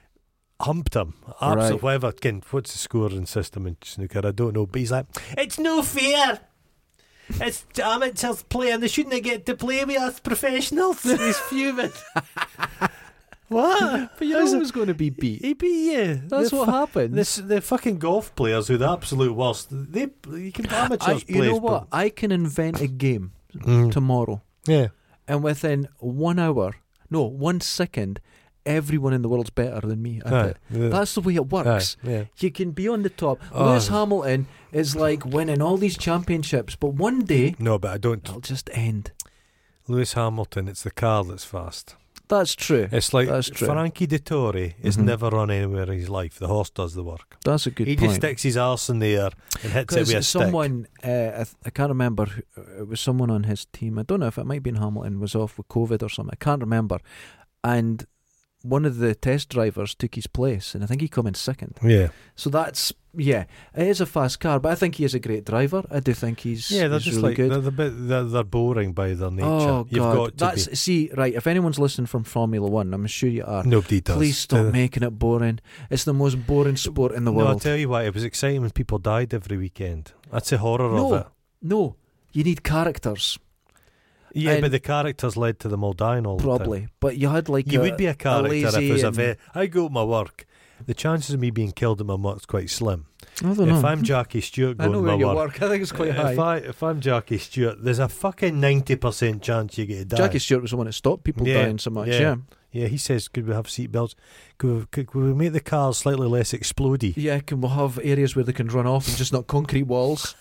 B: humped him, absolutely
A: Right.
B: whatever. Again, what's the scoring system in snooker? I don't know. But he's like, it's no fair. It's amateurs playing. They shouldn't get to play with us professionals. He's fuming. what?
A: But you know who's going to be beat?
B: He beat you.
A: That's
B: The
A: what happened.
B: This the fucking golf players who are the absolute worst. They you can
A: I,
B: amateurs
A: you
B: play.
A: know what? I can invent a game
B: Mm.
A: tomorrow,
B: Yeah.
A: and within one hour, no, one second, everyone in the world's better than me. at
B: Aye.
A: it. That's the way it works.
B: Aye. Yeah.
A: You can be on the top.
B: Oh.
A: Lewis Hamilton is like winning all these championships, but one day
B: No, but I don't.
A: it'll just end.
B: Lewis Hamilton. It's the car that's fast.
A: That's true.
B: It's like
A: That's true.
B: Frankie Dettori is
A: Mhm.
B: never run anywhere in his life. The horse does the work.
A: That's a good
B: he
A: point.
B: just sticks his arse in the air and hits it with a
A: Because someone, uh, I, th- I can't remember, who, uh, it was someone on his team. I don't know if it might have been Hamilton was off with COVID or something. I can't remember. And one of the test drivers took his place, and I think he come in second.
B: stick. Yeah.
A: So that's yeah, it is a fast car, but I think he is a great driver. I do think he's
B: Yeah, they're
A: he's
B: just
A: really
B: like
A: good.
B: they're, the bit, they're they're boring by their nature.
A: Oh
B: You've
A: God,
B: got to
A: that's see right. If anyone's listening from Formula One, I'm sure you are.
B: be. Nobody does. Uh,
A: Please stop making it boring. It's the most boring sport in the
B: no, I'll
A: world.
B: tell you what, it was exciting when people died every weekend. That's the horror of
A: No.
B: it.
A: no, you need characters
B: Yeah,
A: And-
B: but the characters led to them all dying all the time.
A: probably, but you had like
B: uh, you
A: a,
B: would be a character if it was a
A: and-
B: vet. I go to my work. The chances of me being killed at my work's quite slim.
A: I don't know.
B: If I'm Jackie Stewart
A: I
B: going
A: know
B: to
A: where
B: my
A: you
B: work,
A: work. I think it's quite
B: if
A: high.
B: I if I'm Jackie Stewart, there's a fucking ninety percent chance you get to die.
A: Jackie Stewart was the one that stopped people
B: Yeah,
A: dying so much.
B: yeah.
A: Yeah, yeah.
B: yeah, he says, could we have seatbelts? Could, we- could, could we make the cars slightly less explodey?
A: can we have areas where they can run off and just not concrete walls?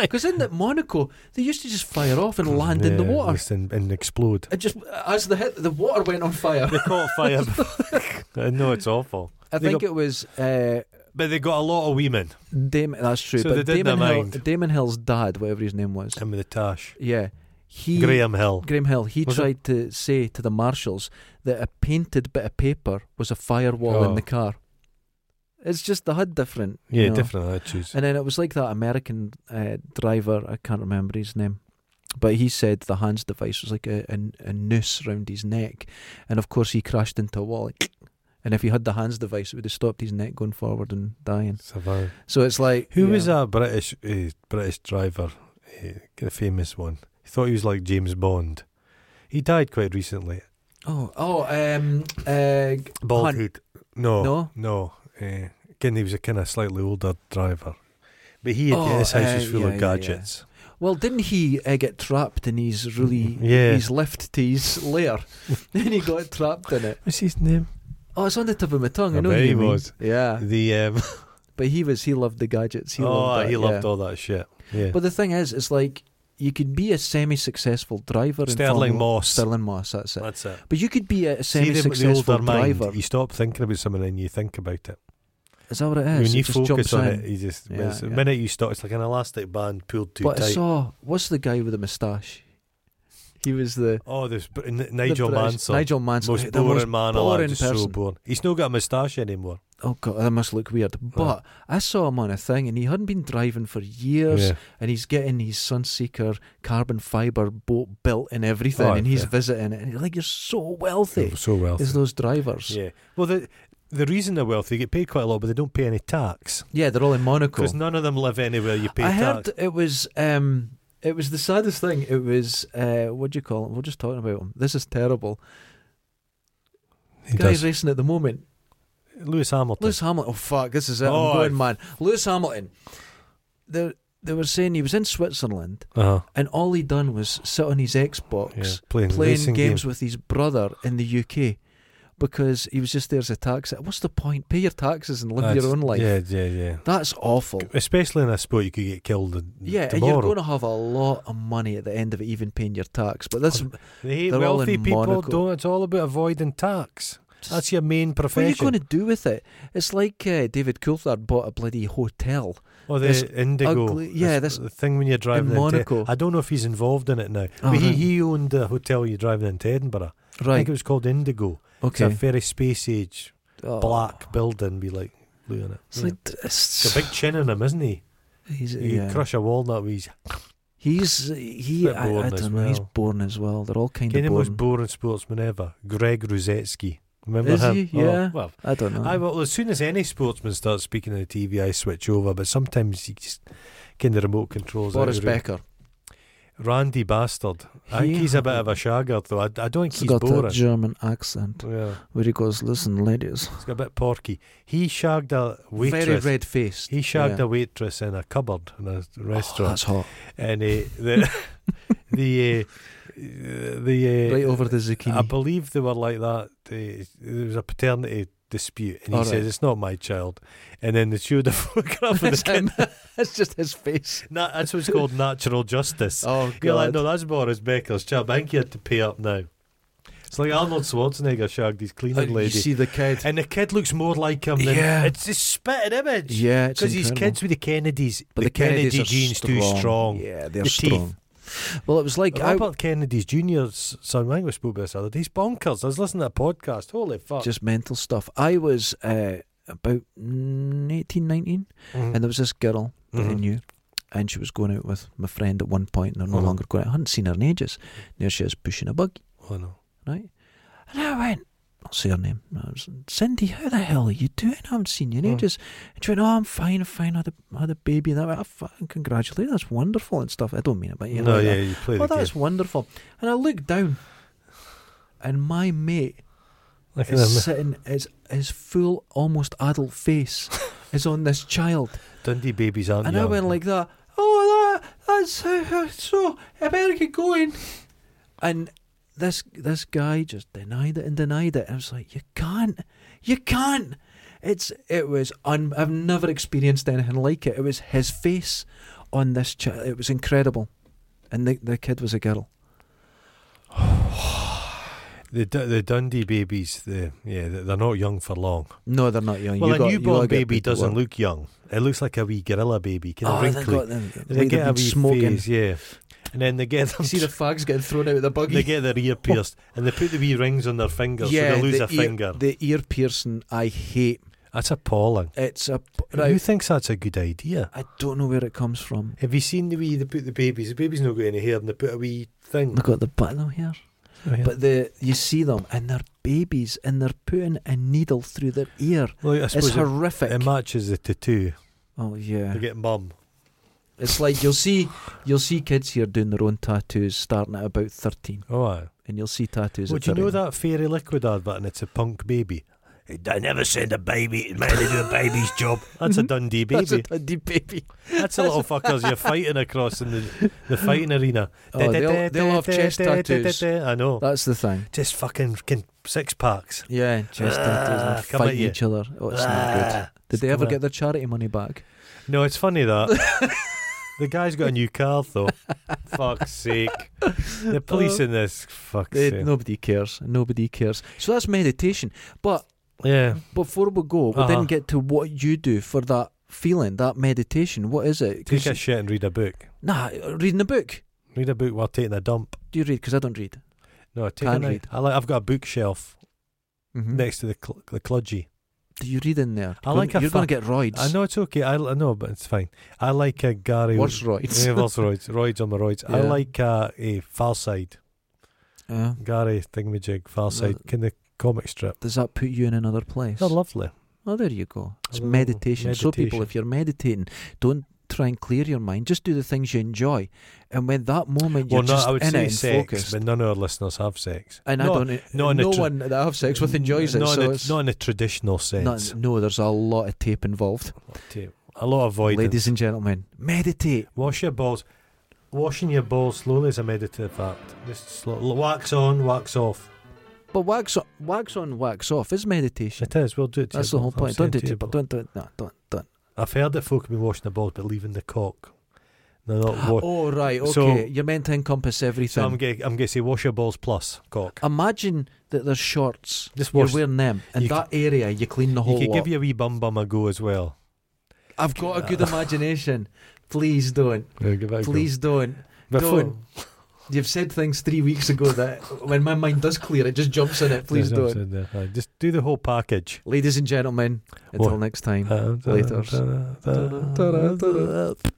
A: Because in that Monaco, they used to just fire off and land in the
B: Yeah,
A: water.
B: just and, and explode.
A: It just as the hit, the water went on fire.
B: they caught fire. I know it's awful,
A: I
B: They
A: think
B: got-
A: it was. Uh,
B: but they got a lot of women.
A: Damon, that's true.
B: So
A: but
B: they did
A: Damon,
B: their
A: Hill,
B: mind.
A: Damon Hill's dad, whatever his name was,
B: Him with the tash,
A: yeah, he
B: Graham Hill.
A: Graham Hill, he
B: Was it-
A: tried to say to the marshals that a painted bit of paper was a firewall
B: Oh.
A: in the car. It's just the HUD different. you
B: Yeah,
A: know.
B: different attitudes.
A: And then it was like that American uh, driver, I can't remember his name, but he said the Hans device was like a, a, a noose round his neck. And of course, he crashed into a wall. like, and if he had the Hans device, it would have stopped his neck going forward and dying.
B: Survive.
A: So it's like.
B: Who
A: yeah.
B: was that British uh, British driver, uh, the famous one? He thought he was like James Bond. He died quite recently.
A: Oh, oh, um, uh, g-
B: Bald
A: Hunt.
B: head. No, no.
A: no.
B: Uh, again, he was a kind of slightly older driver, but he had,
A: Oh,
B: his house was
A: uh,
B: full
A: yeah, yeah,
B: of
A: yeah.
B: gadgets.
A: Well, didn't he uh, get trapped in his really
B: Yeah.
A: his lift to his lair? then he got trapped in it.
B: What's his name?
A: Oh, it's on the tip of my tongue. I,
B: I
A: know
B: bet
A: who
B: he
A: you mean.
B: was.
A: Yeah,
B: The um,
A: but he was he loved the gadgets. He
B: oh,
A: loved that,
B: he loved
A: yeah.
B: all that shit. Yeah,
A: But the thing is, it's like you could be a semi-successful driver. in
B: Sterling
A: Formula-
B: Moss.
A: Sterling Moss. That's it.
B: That's it.
A: But you could be a
B: See the, the
A: semi-successful
B: older mind,
A: driver.
B: you stop thinking about something and you think about it.
A: Is that what it is?
B: when
A: It
B: you
A: just jumps
B: focus on
A: in.
B: it, you just
A: Yeah,
B: the
A: yeah.
B: minute you stop, it's like an elastic band pulled too
A: But I
B: tight.
A: saw what's the guy with the moustache? He was the
B: Oh, there's Br- N-
A: the
B: Nigel
A: British-
B: Mansell.
A: Nigel Mansell,
B: most
A: the
B: boring
A: most
B: man alive.
A: boring
B: Just so
A: person.
B: boring. He's not got a moustache anymore.
A: Oh god, that must look weird. But I saw him on a thing, and he hadn't been driving for years, and he's getting his Sunseeker carbon fiber boat built and everything,
B: Oh,
A: and he's
B: yeah.
A: visiting it. And you're like, you're so wealthy.
B: so wealthy.
A: Is those drivers? Yeah.
B: Yeah. Well, the the reason they're wealthy, they get paid quite a lot, but they don't pay any tax
A: they're all in Monaco.
B: because none of them live anywhere you pay
A: I
B: tax.
A: heard it was. Um, it was the saddest thing. It was. Uh, what do you call it? We're just talking about him. This is terrible.
B: He
A: Guys
B: does.
A: racing at the moment.
B: Lewis Hamilton.
A: Lewis Hamilton. Oh fuck, this is it.
B: Oh,
A: I'm going
B: I-
A: mad. Lewis Hamilton. There, they were saying he was in Switzerland
B: Uh-huh.
A: and all he done was sit on his Xbox
B: Yeah, playing,
A: playing
B: racing
A: games with his brother in the UK because he was just there as a tax. What's the point? Pay your taxes and live
B: That's-
A: your own life.
B: Yeah, yeah, yeah.
A: That's awful.
B: Especially in a sport, you could get killed. in-
A: Yeah, and
B: tomorrow.
A: you're going to have a lot of money at the end of it, even paying your tax. But that's
B: They hate
A: They're all
B: wealthy
A: in
B: people.
A: Monaco.
B: Don't. It's all about avoiding tax. That's your main
A: what are you
B: profession.
A: going to do with it? It's like uh, David Coulthard bought a bloody hotel.
B: or the
A: this
B: indigo.
A: ugly- yeah,
B: this,
A: this-
B: the thing when you're driving into-
A: Monaco.
B: I don't know if he's involved in it now,
A: Oh,
B: but he,
A: right.
B: he owned the hotel you're driving into Edinburgh. I think
A: Right.
B: it was called Indigo.
A: Okay.
B: It's a very space age
A: Oh.
B: black building. Be like blue in it.
A: It's
B: Yeah.
A: like, it's-
B: He's got a big chin in him, isn't he?
A: he's,
B: He
A: yeah.
B: crush a walnut with his.
A: He's he.
B: Bit
A: I,
B: boring
A: I
B: as
A: don't know. He's
B: well.
A: born as well. They're all kind
B: Any
A: of
B: of the most
A: born.
B: boring sportsman ever, Greg Ruzetsky. Remember
A: Is
B: him?
A: he?
B: Oh,
A: Yeah.
B: well,
A: I don't know.
B: I well, as soon as any sportsman starts speaking on the TV, I switch over. But sometimes you just kind of remote controls. out
A: Boris
B: of the room.
A: Becker.
B: Randy Bastard. I think
A: He-
B: he's a bit of a shagger, though. I, I don't think
A: He's
B: he's
A: got that
B: boring.
A: German accent
B: yeah,
A: where he goes, "Listen, ladies."
B: he's got a bit porky. He shagged a waitress.
A: Very red faced.
B: He shagged
A: yeah.
B: a waitress in a cupboard in a
A: Oh,
B: restaurant,
A: that's hot.
B: and uh, the the uh, the uh,
A: Right over the zucchini.
B: I believe they were like that. They, there was a paternity dispute, and he
A: All
B: says
A: right.
B: it's not my child. And then they showed a photograph of the
A: that's,
B: kid.
A: him. that's just his face.
B: Na- that's what's called natural justice.
A: Oh
B: You're like,
A: god.
B: no, that's Boris Becker's chap. I think you had to pay up now. It's like Arnold Schwarzenegger shagged his cleaning
A: And you
B: lady.
A: see the kid.
B: And the kid looks more like him than.
A: Oh, Yeah.
B: It's a spitting image.
A: Yeah, it's
B: Because he's
A: incredible.
B: kids with the Kennedys.
A: But
B: the, Kennedy
A: Kennedys are
B: gene's too strong.
A: Yeah, they're
B: The teeth.
A: strong. Well, it was like I
B: Robert Kennedy's Jr.'s son, I think we spoke about this the other day, he's bonkers. I was listening to a podcast. Holy fuck.
A: just mental stuff. I was uh, about mm, 18, 19,
B: Mhm.
A: and there was this girl that I
B: Mhm.
A: knew, and she was going out with my friend at one point, and they're no
B: Mhm.
A: longer going out. I hadn't seen her in ages. There she is pushing a buggy,
B: Oh, no.
A: right? And I went, I'll say her name. I was, Cindy, how the hell are you doing? I haven't seen you in
B: Mhm.
A: ages. And she went, Oh, I'm fine, I'm fine. I had a, I had a baby. And I went, I fucking congratulate you. That's wonderful and stuff. I don't mean it, but you know.
B: no,
A: like
B: yeah,
A: that.
B: you play
A: Oh,
B: the
A: that's
B: game.
A: wonderful. And I looked down, and my mate
B: Look at
A: is
B: him.
A: sitting his his full almost adult face is on this child
B: Dundee babies aren't
A: and I
B: young.
A: went like that oh that that's uh, uh, so America going and this this guy just denied it and denied it I was like you can't you can't it's it was un- I've never experienced anything like it it was his face on this child it was incredible and the, the kid was a girl
B: The, Du- the Dundee babies, the, yeah, they're not young for long.
A: no they're not young
B: Well,
A: you
B: a
A: got, you
B: newborn
A: gotta get
B: baby
A: people
B: doesn't
A: work.
B: look young. It looks like a wee gorilla baby, kind of
A: oh, they
B: wrinkly.
A: got them
B: they
A: they've
B: get a
A: been
B: wee
A: smoking
B: phase, yeah. And then they get them,
A: You see the fags getting thrown out of the buggy.
B: they get their ear pierced, and they put the wee rings on their fingers, so they lose
A: the
B: a
A: ear,
B: finger.
A: The ear piercing, I hate.
B: That's appalling.
A: It's a
B: Who
A: right.
B: thinks that's a good idea?
A: I don't know where it comes from.
B: Have you seen the wee they put the babies? The baby's not got any hair, and they put a wee thing.
A: They got the button here,
B: oh,
A: but the you see them and they're babies and they're putting a needle through their ear.
B: well, I
A: It's
B: suppose it,
A: horrific.
B: it matches the tattoo.
A: oh yeah,
B: They get mum.
A: it's like you'll see you'll see kids here doing their own tattoos starting at about thirteen,
B: Oh, aye.
A: and you'll see tattoos.
B: Well,
A: at
B: do you know
A: 13.
B: that fairy liquid advert and it's a punk baby? I never send a baby man to do a baby's job. That's a Dundee baby.
A: That's
B: Mm-hmm. That's
A: a
B: a,
A: Dundee baby.
B: little fuckers you're fighting across in the, the fighting arena.
A: Oh, they'll, they'll have chest tattoos.
B: I know.
A: That's the thing.
B: Just fucking, fucking six packs.
A: Yeah, chest
B: Ah,
A: tattoos and
B: come at
A: fighting
B: you.
A: each other. Oh, it's not good.
B: Ah.
A: Did they
B: Come Uh,
A: ever
B: on.
A: get their charity money back?
B: No, it's funny that. the guy's got a new car though. Fuck's sake. The police in this. Fuck's
A: Oh. They,
B: sake.
A: Nobody cares. Nobody cares. So that's meditation. But
B: Yeah.
A: before we go, we
B: Uh-huh.
A: didn't get to what you do for that feeling, that meditation. What is it? 'Cause
B: Take a
A: you-
B: shit and read a book.
A: nah, reading a book.
B: Read a book while taking a dump.
A: Do you read? Because I don't read.
B: No, take
A: Can't
B: a night.
A: read.
B: I like, I've got a bookshelf
A: Mm-hmm.
B: next to the cl- the kludgy.
A: Do you read in there?
B: I like a
A: You're going to
B: fuck-
A: get roids.
B: I know it's okay. I, I know, but it's fine. I like a Gary.
A: Worse roids.
B: Yeah, worse roids. Roids on the roids. I
A: Yeah.
B: like uh, a Far Side.
A: Yeah.
B: Gary Thingamajig, Far Side,
A: Mm.
B: kind of comic strip.
A: Does that put you in another place?
B: They're lovely.
A: Oh, there you go. It's
B: Oh,
A: meditation. So, people,
B: meditation.
A: if you're meditating, don't try and clear your mind. Just do the things you enjoy. And when that moment you're
B: well, no,
A: just
B: I would
A: in
B: say
A: it and
B: sex,
A: focused.
B: but none of our listeners have sex.
A: And
B: Not-
A: I don't.
B: not in the
A: no
B: tra-
A: one that I have sex with enjoys it.
B: Not,
A: so
B: in a,
A: it's
B: not in a traditional sense.
A: no, no, there's a lot of tape involved.
B: Tape. a lot of avoidance.
A: Ladies and gentlemen, meditate.
B: Wash your balls. Washing your balls slowly is a meditative act. Just slow, wax on, wax off.
A: But wax on, wax on, wax off is meditation.
B: It is. We'll do it. to
A: That's
B: your
A: the whole
B: balls.
A: point.
B: I'll
A: Don't do
B: say it to your
A: it. But
B: balls.
A: don't do it. No, don't, don't.
B: I've heard that folk have been washing their balls, but leaving the cock. No, not wa-
A: Oh right, okay.
B: So-
A: You're meant to encompass
B: So I'm
A: everything.
B: going. I'm going to say wash your balls plus cock.
A: Imagine that there's shorts.
B: Just
A: You're
B: wash.
A: wearing them, and
B: you
A: that area you clean the
B: you
A: whole
B: could
A: lot.
B: give your wee bum bum a go as well.
A: I've got a good imagination. Please don't. Please don't.
B: Before,
A: don't. You've said things three weeks ago that when my mind does clear, it just jumps in it. Please
B: There's no
A: don't.
B: sin there. Aye, Just do the whole package.
A: Ladies and gentlemen, until
B: What?
A: next time.
B: Uh,
A: Laters.
B: ta-ra, ta-ra, ta-ra, ta-ra.